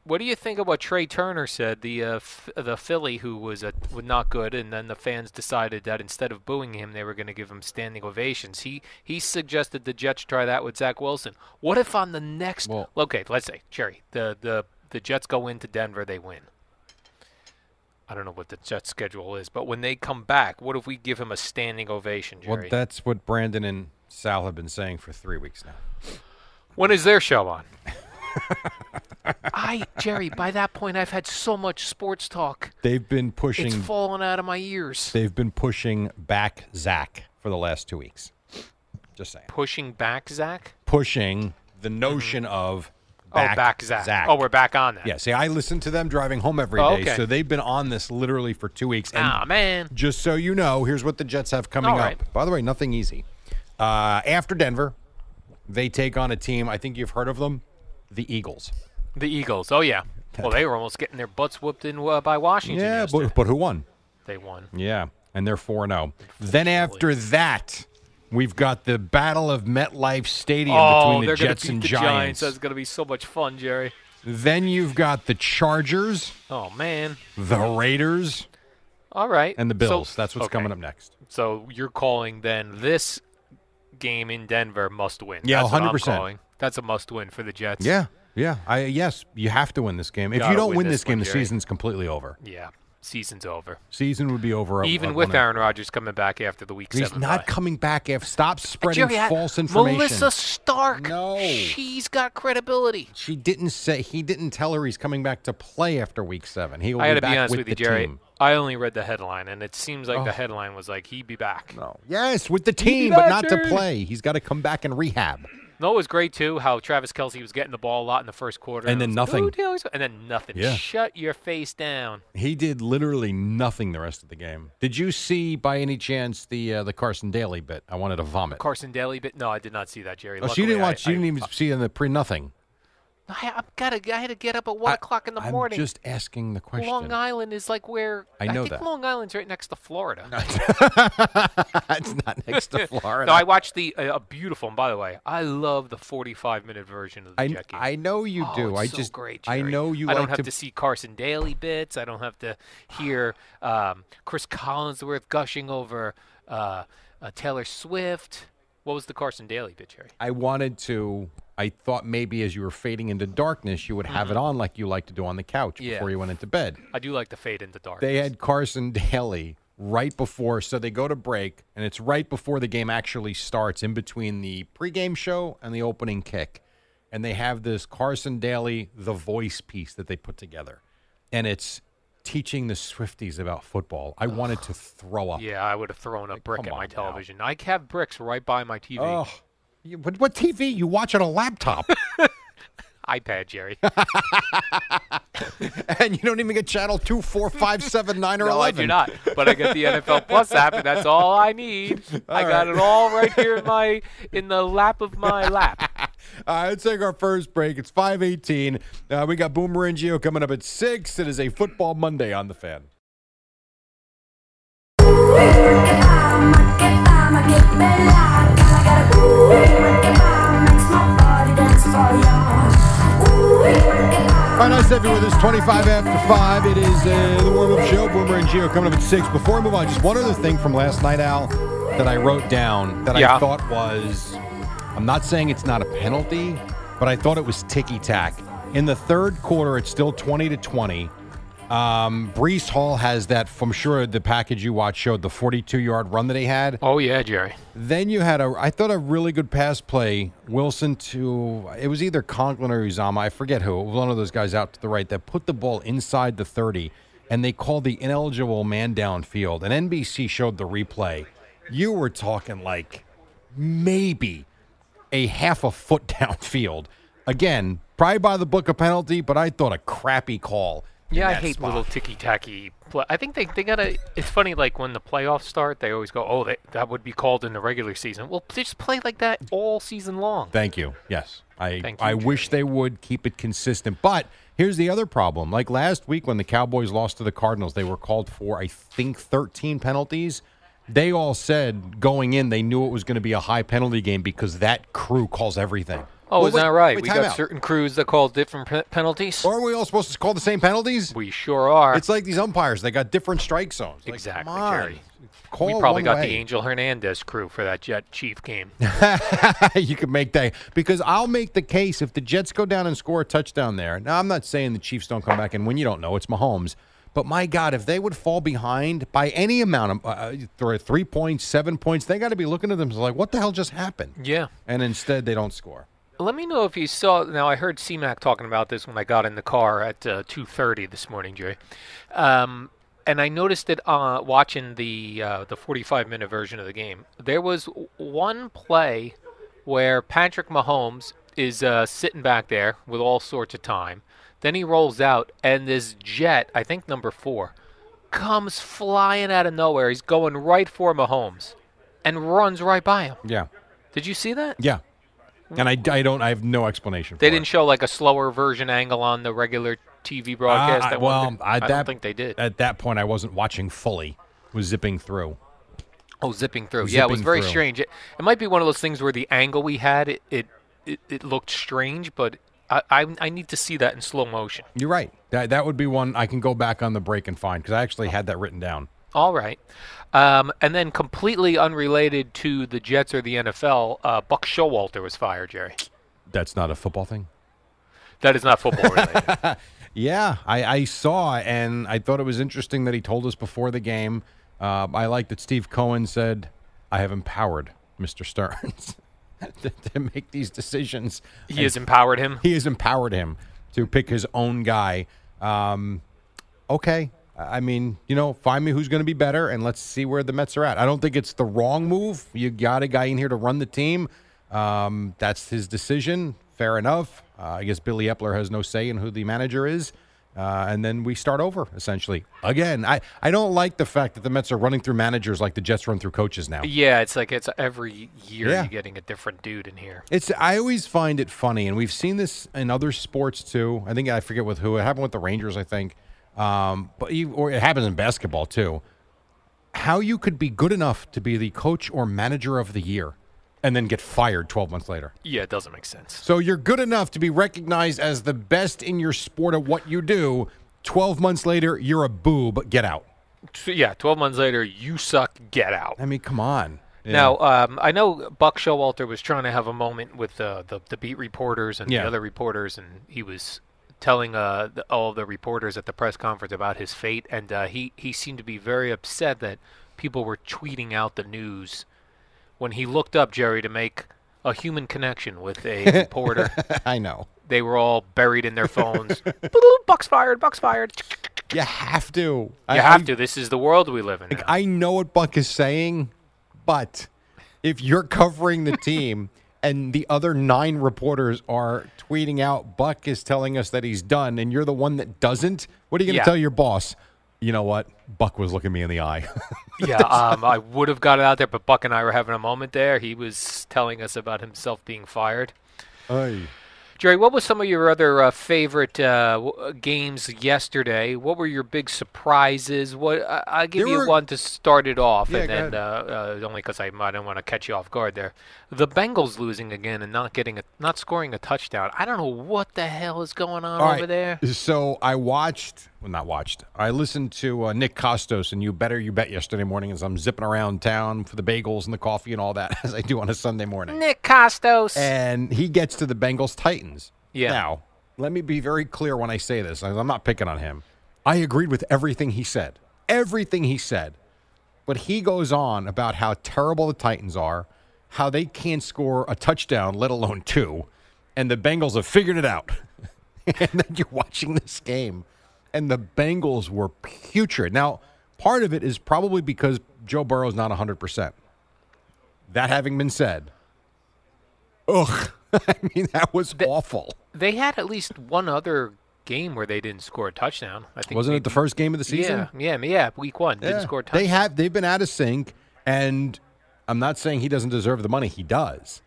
what do you think of what Trey Turner said? The uh, f- the Philly who was uh, was not good, and then the fans decided that instead of booing him, they were going to give him standing ovations. He he suggested the Jets try that with Zach Wilson. What if on the next? Well- okay, let's say Jerry, the the the Jets go into Denver, they win. I don't know what the Jets schedule is, but when they come back, what if we give him a standing ovation, Jerry? Well, that's what Brandon and Sal have been saying for three weeks now. When is their show on? I, Jerry, by that point, I've had so much sports talk. They've been pushing. It's fallen out of my ears. they've been pushing back Zach for the last two weeks. Just saying, Pushing back, Zach? pushing the notion of back, Mm-hmm. oh, back, Zach. Oh, we're back on that. Yeah. See, I listen to them driving home every day, Oh, okay. so they've been on this literally for two weeks. And Ah, man. Just so you know, here's what the Jets have coming All right. up. By the way, nothing easy. Uh, after Denver, they take on a team. I think you've heard of them, the Eagles. The Eagles. Oh, yeah. Well, they were almost getting their butts whooped in uh, by Washington. yeah, yesterday. but, but who won? they won. Yeah, and they're 4 0. Then after that, we've got the Battle of MetLife Stadium oh, between the they're going to Jets beat and the Giants. That's going to be so much fun, Jerry. Then you've got the Chargers, Oh, man. the Raiders, All right. and the So- Bills. That's what's okay. coming up next. So you're calling then this game in Denver must win. Yeah, That's what I'm 100%. calling. That's a must win for the Jets. Yeah, yeah. I yes, you have to win this game. If Gotta you don't win win this this game, one, the Jerry. season's completely over. Yeah. Season's over. Season would be over. at- Even at with one end. Aaron Rodgers coming back after the week he's seven. bye. not coming back. If stop spreading Jerry, I- false information. Melissa Stark. No. She's got credibility. She didn't say he didn't tell her he's coming back to play after week seven. He will I got be to back be honest with, with, you, the Jerry. team. I only read the headline, and it seems like Oh. the headline was like he'd be back. No. Yes, with the He'll be team, but back, not to Jerry. play. He's got to come back and rehab. No, it was great too how Travis Kelsey was getting the ball a lot in the first quarter, And it then was nothing. "Ooh, Taylor's-" and then nothing. Yeah. Shut your face down. He did literally nothing the rest of the game. Did you see by any chance the uh, the Carson Daly bit? I wanted to vomit. Carson Daly, but no, I did not see that, Jerry. Oh, so you Luckily, didn't watch. I, you didn't even see in the pre nothing. I, I, I've gotta, I had to get up at one I- o'clock in the I'm morning. just asking the question. Long Island is like where I know think that. Long Island's right next to Florida. it's not next to Florida. no, I watched the uh, a beautiful. And by the way, I love the 45 minute version of the I, Jet game. I know you Oh, do. it's I so just great. I Jerry. know you I like don't have to, to... see Carson Daly bits. I don't have to hear um, Chris Collinsworth gushing over uh, uh, Taylor Swift. What was the Carson Daly bit, Jerry? I wanted to I thought maybe as you were fading into darkness you would have it on like you like to do on the couch Mm-hmm. Yeah. before you went into bed. I do like to fade into dark. They had Carson Daly right before so they go to break and it's right before the game actually starts in between the pregame show and the opening kick. And they have this Carson Daly the voice piece that they put together. And it's teaching the Swifties about football. I wanted to throw up. Yeah, I would have thrown a brick come at on my now. television. I have bricks right by my TV. Oh, you- what, what TV? You watch on a laptop, iPad, Jerry. and you don't even get channel two, four, five, seven, nine, or no, I eleven. do not. But I got the NFL Plus app, and that's all I need. I All got right. it all right here in my in the lap of my lap. All right, let's take our first break. It's five eighteen. Uh, we got Boomer and Gio coming up at six. It is a football Monday on the fan. All right, nice to have you with us. 25 after 5. It is uh, the warm up show. Boomer and Geo coming up at 6. Before we move on, just one other thing from last night, Al, that I wrote down that I Yeah. thought was I'm not saying it's not a penalty, but I thought it was ticky tack. In the third quarter, it's still 20 to 20. Um, Brees Hall has that, I'm sure the package you watched showed the 42 yard run that he had. Oh yeah, Jerry. Then you had a, I thought a really good pass play, Wilson to, it was either Conklin or Uzama, I forget who, it was one of those guys out to the right that put the ball inside the 30, and they called the ineligible man downfield. And NBC showed the replay. You were talking like maybe a half a foot downfield. Again, probably by the book of penalty, but I thought a crappy call. in Yeah, I that hate spot. little ticky tacky. Play. I think they, they gotta. It's funny, like when the playoffs start, they always go, "Oh, they, that would be called in the regular season." Well, just play like that all season long. Thank you. Yes. I Thank I you, wish they would keep it consistent. But here's the other problem. Like last week when the Cowboys lost to the Cardinals, they were called for I think 13 penalties. They all said going in they knew it was going to be a high penalty game because that crew calls everything. Oh, Well, isn't wait- that right? wait, we time got out. certain crews that call different pe- penalties. Or are we all supposed to call the same penalties? we sure are. It's like these umpires, they got different strike zones. Like, exactly, come on. Jerry. Call we probably one got way. the Angel Hernandez crew for that Jet Chief game. you could make that because I'll make the case if the Jets go down and score a touchdown there. Now I'm not saying the Chiefs don't come back and win. You don't know it's Mahomes, but my God, if they would fall behind by any amount of uh, th- three points, seven points, they got to be looking at them like, what the hell just happened? yeah. And instead, they don't score. Let me know if you saw. Now I heard C-Mac talking about this when I got in the car at uh, 2:30 this morning, Jerry. Um, and I noticed it uh, watching the uh, the 45 minute version of the game. There was w- one play where Patrick Mahomes is uh, sitting back there with all sorts of time. Then he rolls out, and this jet, I think number four, comes flying out of nowhere. He's going right for Mahomes, and runs right by him. Yeah, Did you see that? yeah. And I, I don't I have no explanation. They for it. didn't show like a slower version angle on the regular TV broadcast. Uh, I I- well, wonder- I, I don't that- think they did. At that point, I wasn't watching fully. Was zipping through. Oh, zipping through. yeah, it was zipping very through. strange. It, it might be one of those things where the angle we had it it, it, it looked strange, but I, I I need to see that in slow motion. You're right. That that would be one I can go back on the break and find because I actually had that written down. All right. Um, and then completely unrelated to the Jets or the NFL, uh, Buck Showalter was fired, Jerry. That's not a football thing. That is not football related. yeah, I, I saw and I thought it was interesting that he told us before the game. Uh, I like that Steve Cohen said, "I have empowered Mr. Stearns to, to make these decisions." He And has empowered him. He has empowered him to pick his own guy. Um, okay. I mean, you know, find me who's going to be better and let's see where the Mets are at. I don't think it's the wrong move. You got a guy in here to run the team. Um, that's his decision. Fair enough. Uh, I guess Billy Epler has no say in who the manager is. Uh, and then we start over, essentially. Again, I, I don't like the fact that the Mets are running through managers like the Jets run through coaches now. Yeah, it's like it's every year Yeah. you're getting a different dude in here. It's I always find it funny, and we've seen this in other sports too. I think I forget with who it happened with the Rangers, I think, um, but you, or it happens in basketball too. How you could be good enough to be the coach or manager of the year, and then get fired twelve months later. Yeah, it doesn't make sense. So you're good enough to be recognized as the best in your sport at what you do. Twelve months later, you're a boob. Get out. So, yeah, 12 months later, you suck, get out. I mean, come on. Yeah. Now, um, I know Buck Showalter was trying to have a moment with uh, the the beat reporters and Yeah. the other reporters, and he was telling uh, the, all the reporters at the press conference about his fate, and uh, he he seemed to be very upset that people were tweeting out the news when he looked up Jerry to make a human connection with a reporter. I know. They were all buried in their phones. Buck's fired. Buck's fired. You have to. You You have to. This is the world we live in. Like, I know what Buck is saying, but if you're covering the team and the other nine reporters are tweeting out Buck is telling us that he's done and you're the one that doesn't, what are you going to Yeah. tell your boss? You know what? Buck was looking me in the eye. yeah, um, I would have got it out there, but Buck and I were having a moment there. He was telling us about himself being fired. Jerry, what was some of your other uh, favorite uh, w- uh, games yesterday? What were your big surprises? What I- I'll give There you were- one to start it off, Yeah, and go then uh, uh, only because I, I don't want to catch you off guard there. The Bengals losing again and not getting a, not scoring a touchdown. I don't know what the hell is going on All over right, there. So I watched, well, not watched. I listened to uh, Nick Costos and You Better You Bet yesterday morning as I'm zipping around town for the bagels and the coffee and all that, as I do on a Sunday morning. Nick Costos. and he gets to the Bengals Titans. Yeah. Now, let me be very clear when I say this. I'm not picking on him. I agreed with everything he said. Everything he said. But he goes on about how terrible the Titans are, how they can't score a touchdown, let alone two, and the Bengals have figured it out. and then you're watching this game, and the Bengals were putrid. Now, part of it is probably because Joe Burrow's not 100%. That having been said, Ugh. I mean, that was awful. They had at least one other game where they didn't score a touchdown. I think Wasn't it the maybe- first game of the season? Yeah, yeah, yeah. Week one Yeah. didn't score a touchdown. They have they've been out of sync, and I'm not saying he doesn't deserve the money. He does.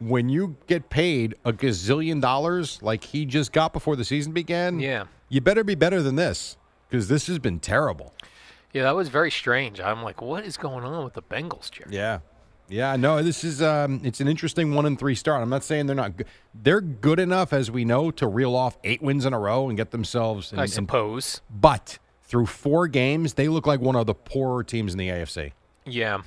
When you get paid a gazillion dollars like he just got before the season began, Yeah. you better be better than this because this has been terrible. Yeah, that was very strange. I'm like, what is going on with the Bengals, Jerry? Yeah. Yeah, no, this is um, it's an interesting one and three start. I'm not saying they're not good. They're good enough, as we know, to reel off eight wins in a row and get themselves. In, I in- suppose. but through four games, they look like one of the poorer teams in the AFC. Yeah.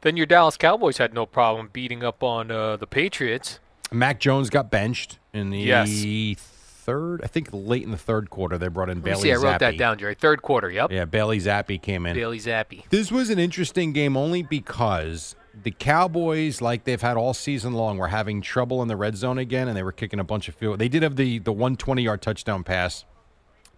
Then your Dallas Cowboys had no problem beating up on uh, the Patriots. Mac Jones got benched in the Yes. third, I think, late in the third quarter. They brought in Let me Bailey. see, I wrote that Zappi. down, Jerry. Third quarter, yep. Yeah, Bailey Zappi came in. Bailey Zappi. This was an interesting game only because the Cowboys, like they've had all season long, were having trouble in the red zone again, and they were kicking a bunch of field. They did have the the 120 yard touchdown pass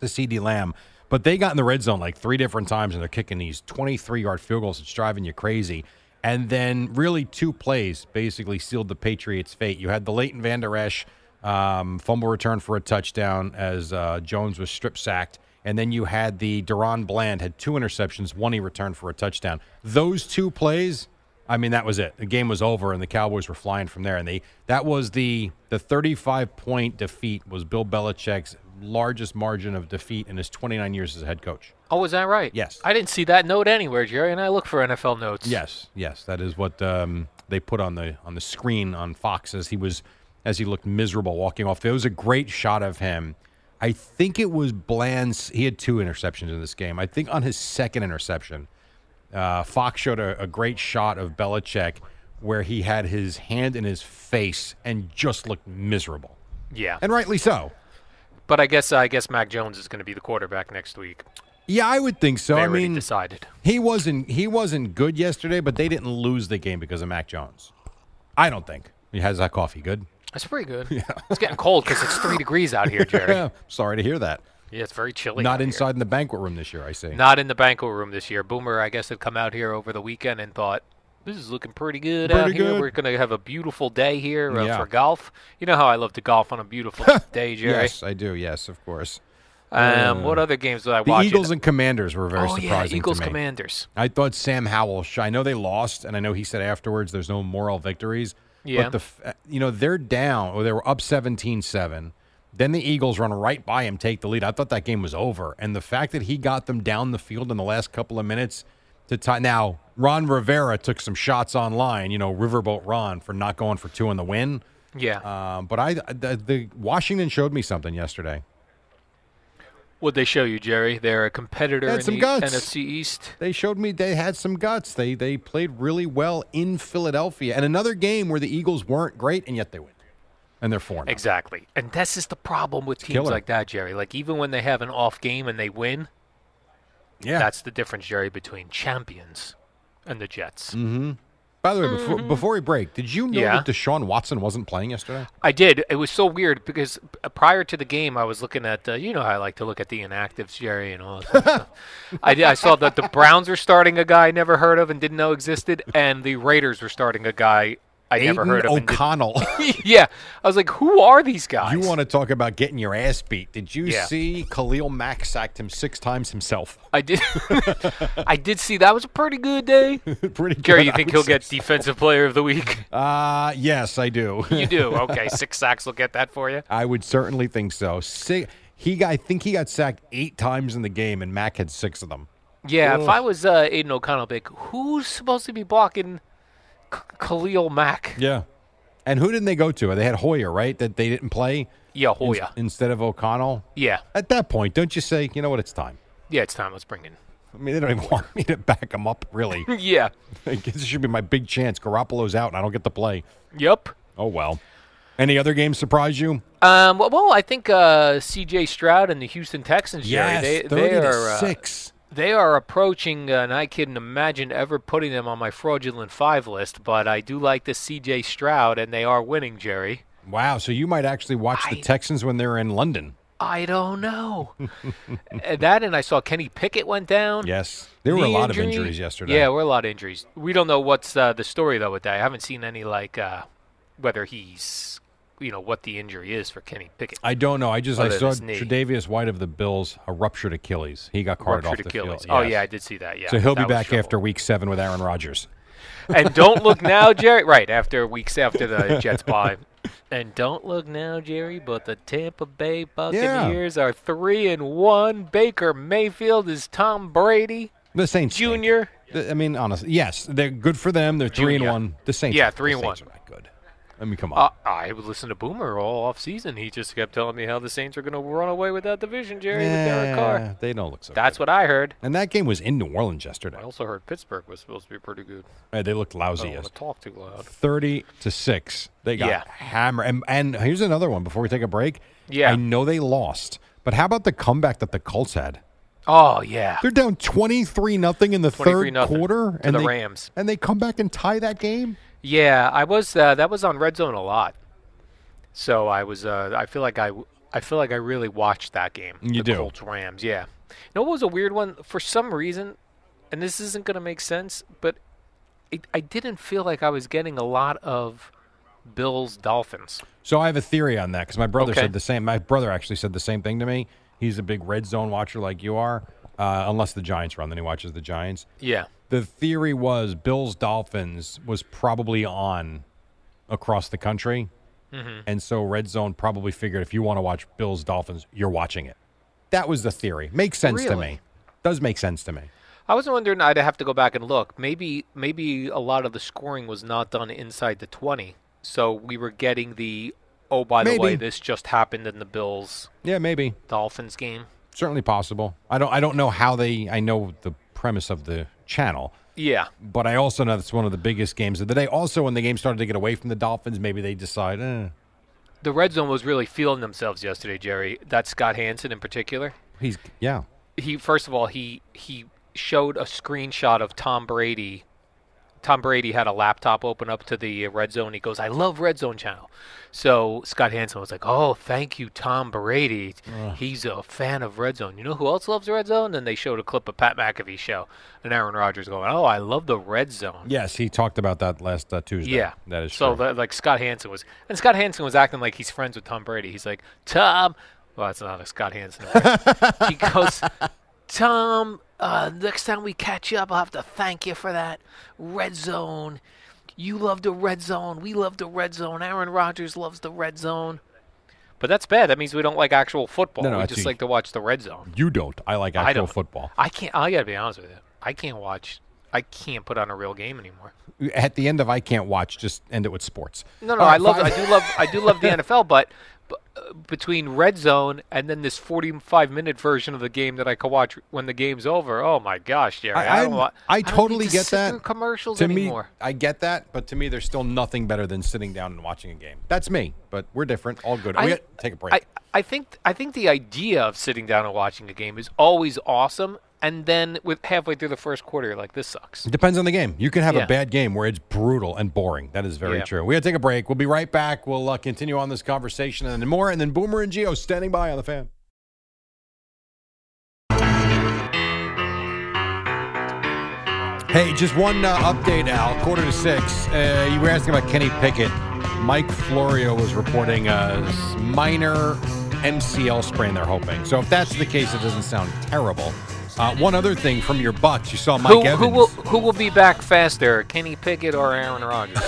to C.D. Lamb, but they got in the red zone like three different times, and they're kicking these 23 yard field goals. It's driving you crazy. And then really two plays basically sealed the Patriots' fate. You had the Leighton Van Der Esch um, fumble return for a touchdown as uh, Jones was strip sacked. And then you had the Duron Bland had two interceptions, one he returned for a touchdown. Those two plays, I mean, that was it. The game was over, and the Cowboys were flying from there. And they that was the the 35 point defeat was Bill Belichick's largest margin of defeat in his 29 years as a head coach. Oh, was that right? Yes. I didn't see that note anywhere, Jerry, and I look for NFL notes. Yes, yes, that is what um, they put on the on the screen on Fox as he was as he looked miserable walking off. There was a great shot of him. I think it was Bland's. He had two interceptions in this game. I think on his second interception, Uh, Fox showed a, a great shot of Belichick where he had his hand in his face and just looked miserable, Yeah. and rightly so. But I guess I guess Mac Jones is going to be the quarterback next week. Yeah, I would think so. They I already mean, decided. he wasn't he wasn't good yesterday, but they didn't lose the game because of Mac Jones. I don't think. He has that coffee good. That's pretty good. It's getting cold because it's three degrees out here, Jerry. Yeah, Sorry to hear that. it's very chilly. Not out here. inside in the banquet room this year, I see. Not in the banquet room this year. Boomer, I guess, had come out here over the weekend and thought, this is looking pretty good out Pretty here. good. We're going to have a beautiful day here uh, Yeah. for golf. You know how I love to golf on a beautiful day, Jerry. Yes, I do. Yes, of course. Um, what Uh, other games did I the watch? Eagles and Commanders were very Oh, yeah, surprising. Eagles to me. Commanders. I thought Sam Howell. sh- I know they lost, and I know he said afterwards there's no moral victories. Yeah. But the f- uh, you know they're down. Or they were up 17-7. Then the Eagles run right by him, take the lead. I thought that game was over, and the fact that he got them down the field in the last couple of minutes to tie. Now Ron Rivera took some shots online. You know Riverboat Ron for not going for two in the win. yeah. Um, but I the, the Washington showed me something yesterday. What'd they show you, Jerry? They're a competitor Had in some the guts. NFC East. They showed me they had some guts. They they played really well in Philadelphia, and another game where the Eagles weren't great, and yet they win, and oh. they're four. now. Exactly. And that's just the problem with teams killer. like that, Jerry. Like, even when they have an off game and they win, Yeah. that's the difference, Jerry, between champions and the Jets. Mm-hmm. By the way, before, before we break, did you know Mm-hmm. Yeah. that Deshaun Watson wasn't playing yesterday? I did. It was so weird because p- uh, prior to the game, I was looking at uh, you know how I like to look at the inactives, Jerry, and all. That sort of stuff. I did, I saw that the Browns were starting a guy I never heard of and didn't know existed, and the Raiders were starting a guy I never Aiden heard of. and didn't- O'Connell. yeah, I was like, who are these guys? you want to talk about getting your ass beat? Did you Yeah. see Khalil Mack sacked him six times himself? I did. I did see that was a pretty good day. Pretty Jerry, good, you I think would he'll say get Defensive Player of the Week? Uh yes, I do. You do. Okay, six sacks will get that for you. I would certainly think so. Six, he got, I think he got sacked eight times in the game, and Mack had six of them. Yeah, Ugh. if I was uh, Aiden O'Connell, big, who's supposed to be blocking K- Khalil Mack? Yeah. And who didn't they go to? They had Hoyer, right? That they didn't play. Yeah, in- Hoyer. instead of O'Connell. Yeah. At that point, don't you say, you know what? It's time. Yeah, it's time. Let's bring in. I mean, they don't even want me to back him up, really. yeah. I guess this should be my big chance. Garoppolo's out, and I don't get to play. Yep. Oh well. Any other games surprise you? Um, well, well, I think uh, C.J. Stroud and the Houston Texans, Jerry, Yes, they, 30 they to are uh, six. they are approaching, uh, and I couldn't imagine ever putting them on my fraudulent five list. But I do like this C.J. Stroud, and they are winning, Jerry. Wow. So you might actually watch the Texans when they're in London. I don't know Uh, that, and I saw Kenny Pickett went down. Yes. There were a Knee lot of injury? injuries yesterday. Yeah, there were a lot of injuries. We don't know what's uh, the story though with that. I haven't seen any like uh, whether he's you know what the injury is for Kenny Pickett. I don't know. I just Other I than saw his Oh, knee. Tre'Davious White of the Bills a ruptured Achilles. He got carted Ruptured off the Achilles. field. Oh, yeah, I did see that, yeah. So he'll That be was back after Week Seven with Aaron Rodgers. and don't look now, Jerry. Right after weeks after the Jets bye. And don't look now, Jerry, but the Tampa Bay Buccaneers are three and one. Baker Mayfield is Tom Brady. The Saints stink. Junior. Th- I mean, honestly, yes, they're good for them. They're three and Junior. one. The Saints. Yeah, the three and Saints one. Are not good. I mean, come on. Uh, I would listen to Boomer all off season. He just kept telling me how the Saints are going to run away with that division, Jerry, with Derek Carr. Yeah, they don't look so. That's what I heard. And that game was in New Orleans yesterday. I also heard Pittsburgh was supposed to be pretty good. Uh, they looked I lousy. don't want Yes. to talk too loud. Thirty to six. They got Yeah. hammered. And, and here's another one before we take a break. Yeah. I know they lost, but how about the comeback that the Colts had? Oh yeah, They're down twenty three nothing in the third 23-0 quarter, to and the they, Rams. and they come back and tie that game. yeah. I was uh, that was on Red Zone a lot, so I was. Uh, I feel like I I feel like I really watched that game. You the do. Colts Rams. Yeah. You know what was a weird one? For some reason, and this isn't going to make sense, but it, I didn't feel like I was getting a lot of Bills Dolphins. So I have a theory on that because my brother Okay. said the same. My brother actually said the same thing to me. He's a big red zone watcher like you are, uh, unless the Giants run, then he watches the Giants. Yeah. The theory was Bills Dolphins was probably on across the country, Mhm. and so red zone probably figured if you want to watch Bills Dolphins, you're watching it. That was the theory. Makes sense to Really? me. Does make sense to me. I was wondering. I'd have to go back and look. Maybe maybe a lot of the scoring was not done inside the twenty, so we were getting the oh by the way Maybe. this just happened in the Bills Yeah, maybe. Dolphins game. Certainly possible. I don't. I don't know how they. I know the premise of the channel, Yeah. But I also know that's one of the biggest games of the day. Also, when the game started to get away from the Dolphins, maybe they decide, eh, The red zone was really feeling themselves yesterday, Jerry. That Scott Hansen in particular. he's yeah. He first of all he he showed a screenshot of Tom Brady. Tom Brady had a laptop open up to the uh, red zone. He goes, "I love red zone channel." So Scott Hansen was like, "Oh, thank you, Tom Brady. He's a fan of red zone. You know who else loves red zone?" And they showed a clip of Pat McAfee show and Aaron Rodgers going, "Oh, I love the red zone." Yes, he talked about that last uh, Tuesday. Yeah, that is so. true. that- like Scott Hansen was, and Scott Hansen was acting like he's friends with Tom Brady. He's like, Tom. Well, that's not a Scott Hansen. impression. he goes, Tom. Uh, next time we catch up, I'll have to thank you for that red zone. You love the red zone. We love the red zone. Aaron Rodgers loves the red zone. But that's bad. That means we don't like actual football. No, no, we that's just you. like to watch the red zone. You don't. I like I actual don't. football. I can't. I gotta be honest with you. I can't watch. I can't put on a real game anymore. At the end of I can't watch, just end it with sports. No, no, All I right, love, fine. I do love, I do love the NFL, but, but uh, between red zone and then this forty-five minute version of the game that I can watch when the game's over. Oh my gosh, Jerry, I, don't I'm- wa- I don't need totally to get sit that. through commercials to anymore. Me, I get that, but to me, there's still nothing better than sitting down and watching a game. That's me, but we're different. All good. I- we gotta take a break. I, I think, I think the idea of sitting down and watching a game is always awesome, and then with halfway through the first quarter, you're like, this sucks. It depends on the game. You can have Yeah. a bad game where it's brutal and boring. That is very Yeah. true. We got to take a break. We'll be right back. We'll uh, continue on this conversation and then more. And then Boomer and Geo standing by on the fan. Hey, just one uh, update, Al. Quarter to six. Uh, you were asking about Kenny Pickett. Mike Florio was reporting a s- minor MCL sprain. They're hoping. So if that's the case, it doesn't sound terrible. Uh, one other thing from your Bucks, you saw Mike who, Evans who will, who will be back faster, Kenny Pickett or Aaron Rodgers?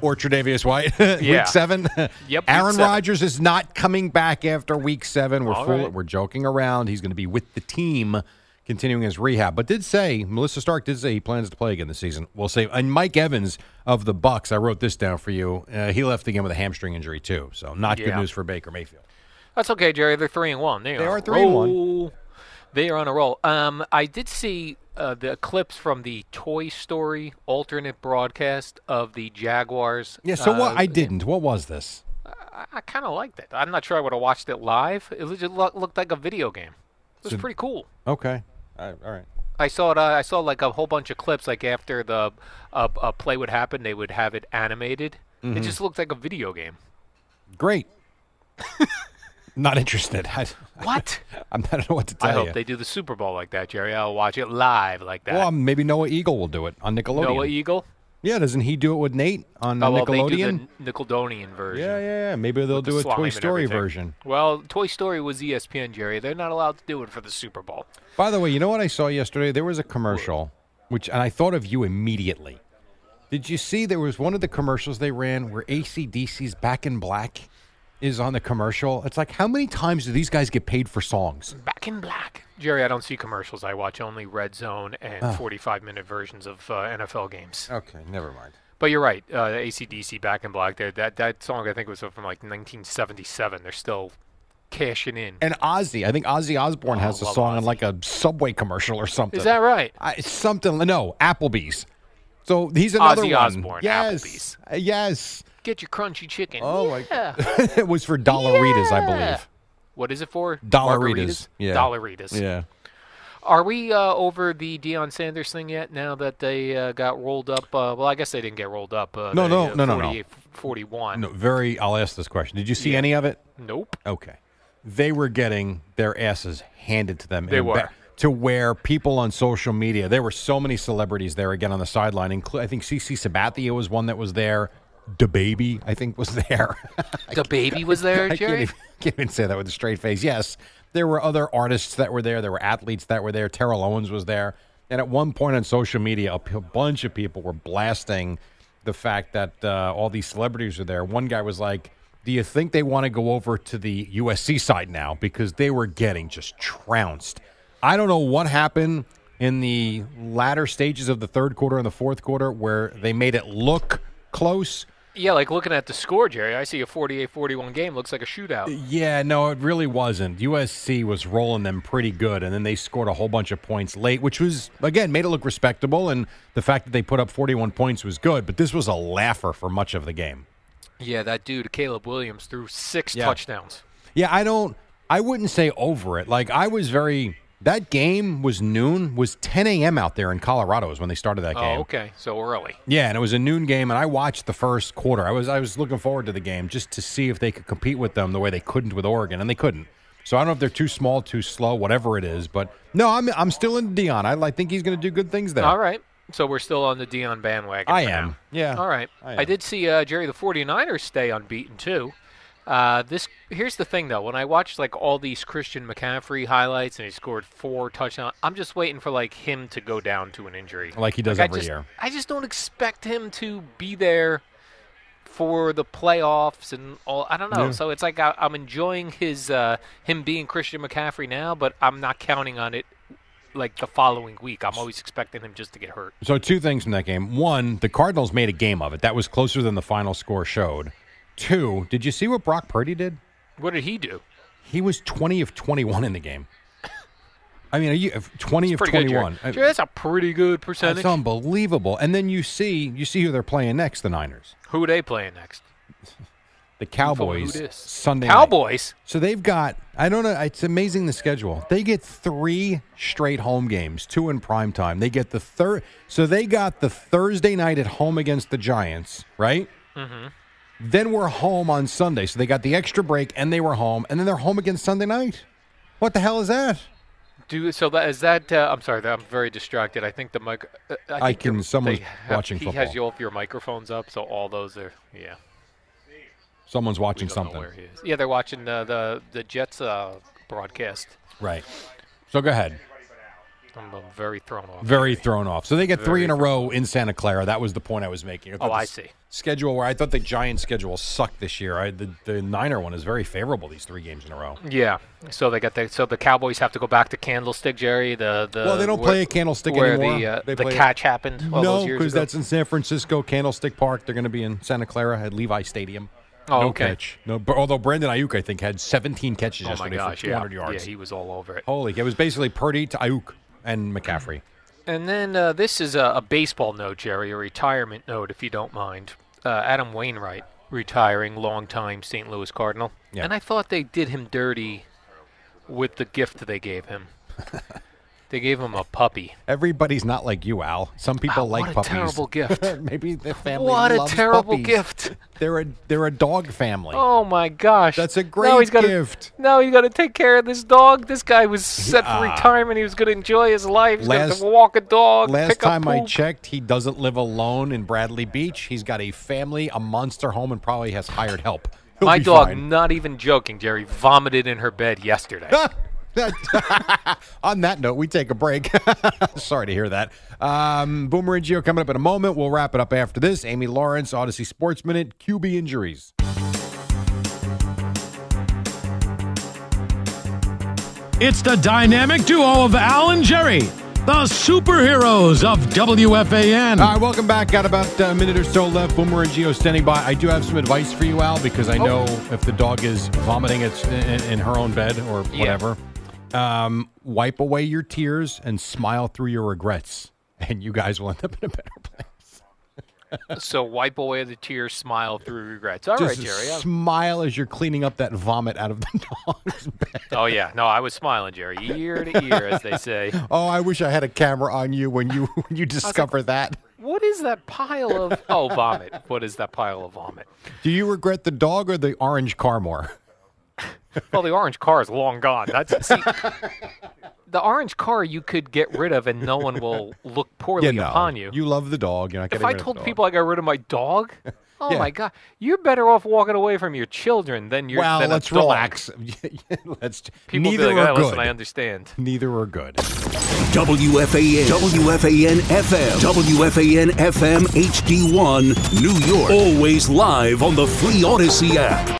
or Tre'Davious White. Yeah. Week seven. Yep, week Aaron seven. Rodgers is not coming back after week seven. We're All full, right. we're joking around. He's going to be with the team, continuing his rehab. But did say Melissa Stark did say he plans to play again this season. We'll see. And Mike Evans of the Bucks. I wrote this down for you. Uh, he left the game with a hamstring injury too. So not good Yeah. news for Baker Mayfield. That's okay, Jerry. They're three and one. They, They are, are three and one. one. They are on a roll. Um, I did see uh, the clips from the Toy Story alternate broadcast of the Jaguars. Yeah. So uh, what? I didn't. What was this? I, I kind of liked it. I'm not sure I would have watched it live. It legit lo- looked like a video game. It was So- pretty cool. Okay. all right. I saw it. Uh, I saw like a whole bunch of clips. Like after the uh, uh, play would happen, they would have it animated. It Mhm. just looked like a video game. Great. not interested. I, What? I'm- I don't know what to tell I hope you. they do the Super Bowl like that, Jerry. I'll watch it live like that. Well, um, maybe Noah Eagle will do it on Nickelodeon. Noah Eagle. Yeah, doesn't he do it with Nate on Oh, well, they do the Nickelodeon? Nickelodeon version. yeah, yeah, yeah. Maybe they'll with the do a slime Toy and Story everything. version. Well, Toy Story was E ESPN, Jerry. They're not allowed to do it for the Super Bowl. By the way, you know what I saw yesterday? There was a commercial, which and I thought of you immediately. Did you see there was one of the commercials they ran where ACDC's Back in Black is on the commercial? It's like, how many times do these guys get paid for songs? Back in black. Jerry, I don't see commercials. I watch only Red Zone and Oh. 45 minute versions of uh, NFL games. Okay, never mind. But you're right. Uh, ACDC Back in Black. There, that, that song, I think, was from like 1977. They're still cashing in. And Ozzy, I think Ozzy Osbourne Oh, has a love song on like a Subway commercial or something. Is that right? I, something. No, Applebee's. So he's another Ozzy one. Osbourne, yes, Uh, yes. Get your crunchy chicken. Oh, my- yeah. it was for Dollaritas, I believe. What is it for? Dollaritas. Yeah. Dollaritas. Yeah. Are we uh, over the Deion Sanders thing yet? Now that they uh, got rolled up, uh, well, I guess they didn't get rolled up. Uh, No, they, no, uh, no, no, no. 48 Forty-one. No, very. I'll ask this question. Did you see any of it? Nope. Okay. They were getting their asses handed to them. They in ba- were. To where people on social media, there were so many celebrities there again on the sideline. Inclu- I think CC Sabathia was one that was there. The baby, I think, was there. The baby was there, I can't Jerry. even, can't even say that with a straight face. Yes, there were other artists that were there. There were athletes that were there. Terrell Owens was there. And at one point on social media, a p- bunch of people were blasting the fact that uh, all these celebrities were there. One guy was like, "Do you think they want to go over to the USC side now because they were getting just trounced?" I don't know what happened in the latter stages of the third quarter and the fourth quarter where they made it look close, Yeah, like looking at the score, Jerry, I see a 48-41 game. Looks like a shootout. Yeah, no, it really wasn't. USC was rolling them pretty good, and then they scored a whole bunch of points late, which was, again, made it look respectable. And the fact that they put up 41 points was good, but this was a laugher for much of the game. Yeah, that dude, Caleb Williams, threw six Yeah. touchdowns. Yeah, I don't, I wouldn't say over it. Like, I was very, that game was noon, was 10 a.m. out there in Colorado is when they started that game. Oh, okay. So early. Yeah, and it was a noon game, and I watched the first quarter. I was I was looking forward to the game just to see if they could compete with them the way they couldn't with Oregon, and they couldn't. So I don't know if they're too small, too slow, whatever it is. But no, I'm I'm still in Dion. I, I think he's going to do good things there. All right. So we're still on the Dion bandwagon. I for am. now. Yeah. All right. I I, am. did see uh, Jerry the 49ers stay unbeaten too. Uh, this here's the thing though. When I watched like all these Christian McCaffrey highlights and he scored four touchdowns, I'm just waiting for like him to go down to an injury. Like he does I every just- year. I just don't expect him to be there for the playoffs and all. I don't know. Yeah. So it's like I, I'm enjoying his uh, him being Christian McCaffrey now, but I'm not counting on it like the following week. I'm always expecting him just to get hurt. So two things from that game. One, the Cardinals made a game of it. That was closer than the final score showed. Two, did you see what Brock Purdy did? What did he do? He was 20 of 21 in the game. I mean, are you 20 of Pretty good, Jerry. 21? I- Jerry, that's a pretty good percentage. That's unbelievable. And then you see you see who they're playing next, the Niners. Who are they playing next? Who The Cowboys dis? Sunday. night. Cowboys? So they've got I don't know, it's amazing the schedule. They get 3 straight home games, two in prime time. They get the third So they got the Thursday night at home against the Giants, right? Mm-hmm. Then we're home on Sunday. So they got the extra break and they were home and then they're home again Sunday night. What the hell is that? Do so that is that? Uh, I'm sorry, that- I'm very distracted. I think the mic. Uh, I I, think can- the- someone's they have- watching he football. has you all of your microphones up, so all those are yeah. Someone's watching We don't know something. where he is. Yeah, they're watching uh, the the Jets uh, broadcast. Right. So go ahead. I'm uh, very thrown off. Very thrown off. So they get three Very in a row in Santa Clara. That was the point I was making. thought Oh, the I s- see. Schedule where I thought the Giants' schedule sucked this year. I, the, the Niner one is very favorable. These three games in a row. Yeah. So they got the so the Cowboys have to go back to Candlestick, Jerry. The the well, they don't where- play at Candlestick where anymore. the uh, They the play- catch happened. All no, those years because ago. that's in San Francisco, Candlestick Park. They're going to be in Santa Clara at Levi Stadium. Oh, no okay. catch. No, but although Brandon Ayuk I think had 17 catches oh my yesterday gosh, for 200 yeah. yards. Yeah, he was all over it. Holy, it was basically Purdy to Ayuk and McCaffrey. And then uh, this is a, a baseball note, Jerry, a retirement note, if you don't mind. Uh, Adam Wainwright retiring, longtime St. Louis Cardinal. Yeah. And I thought they did him dirty with the gift they gave him. they gave him a puppy. Everybody's not like you, Al. Some people Ah, like what a puppies. terrible gift. Maybe the family What a loves terrible puppies. gift. They're a they're a dog family. Oh my gosh! That's a now great he's gotta, gift. Now you got to take care of this dog. This guy was set for Ah. retirement. He was going to enjoy his life. He's going Last- to walk a dog. Last pick up time I poop. checked, he doesn't live alone in Bradley Beach. He's got a family, a monster home, and probably has hired help. He'll My be dog, fine. not even joking, Jerry, vomited in her bed yesterday. On that note, we take a break. Sorry to hear that. Um, Boomer and Gio coming up in a moment. We'll wrap it up after this. Amy Lawrence, Odyssey Sports Minute, QB injuries. It's the dynamic duo of Al and Jerry, the superheroes of WFAN. All right, welcome back. Got about a minute or so left. Boomer and Gio standing by. I do have some advice for you, Al, because Oh. I know if the dog is vomiting it's in, in her own bed or Yeah. whatever, um, wipe away your tears and smile through your regrets, and you guys will end up in a better place. so wipe away the tears, smile through regrets. All right, Just Jerry. I'm- smile as you're cleaning up that vomit out of the dog's bed. oh yeah, no, I was smiling, Jerry, ear to ear, as they say. Oh, I wish I had a camera on you when you when you discover that. What is that pile of? Oh, vomit. What is that pile of vomit? Do you regret the dog or the orange car more? Well, the orange car is long gone. That's see, the orange car you could get rid of, and no one will look poorly no. upon you. You love the dog. You're not If getting I rid of the told dog. people I got rid of my dog, oh Yeah. my god, you're better off walking away from your children than your. well, than a let's dog. relax. let's. People neither be like, are "Ah, good. listen, I understand. Neither are good. WFAN, WFAN FM, WFAN FM HD1, New York. Always live on the Free Odyssey app.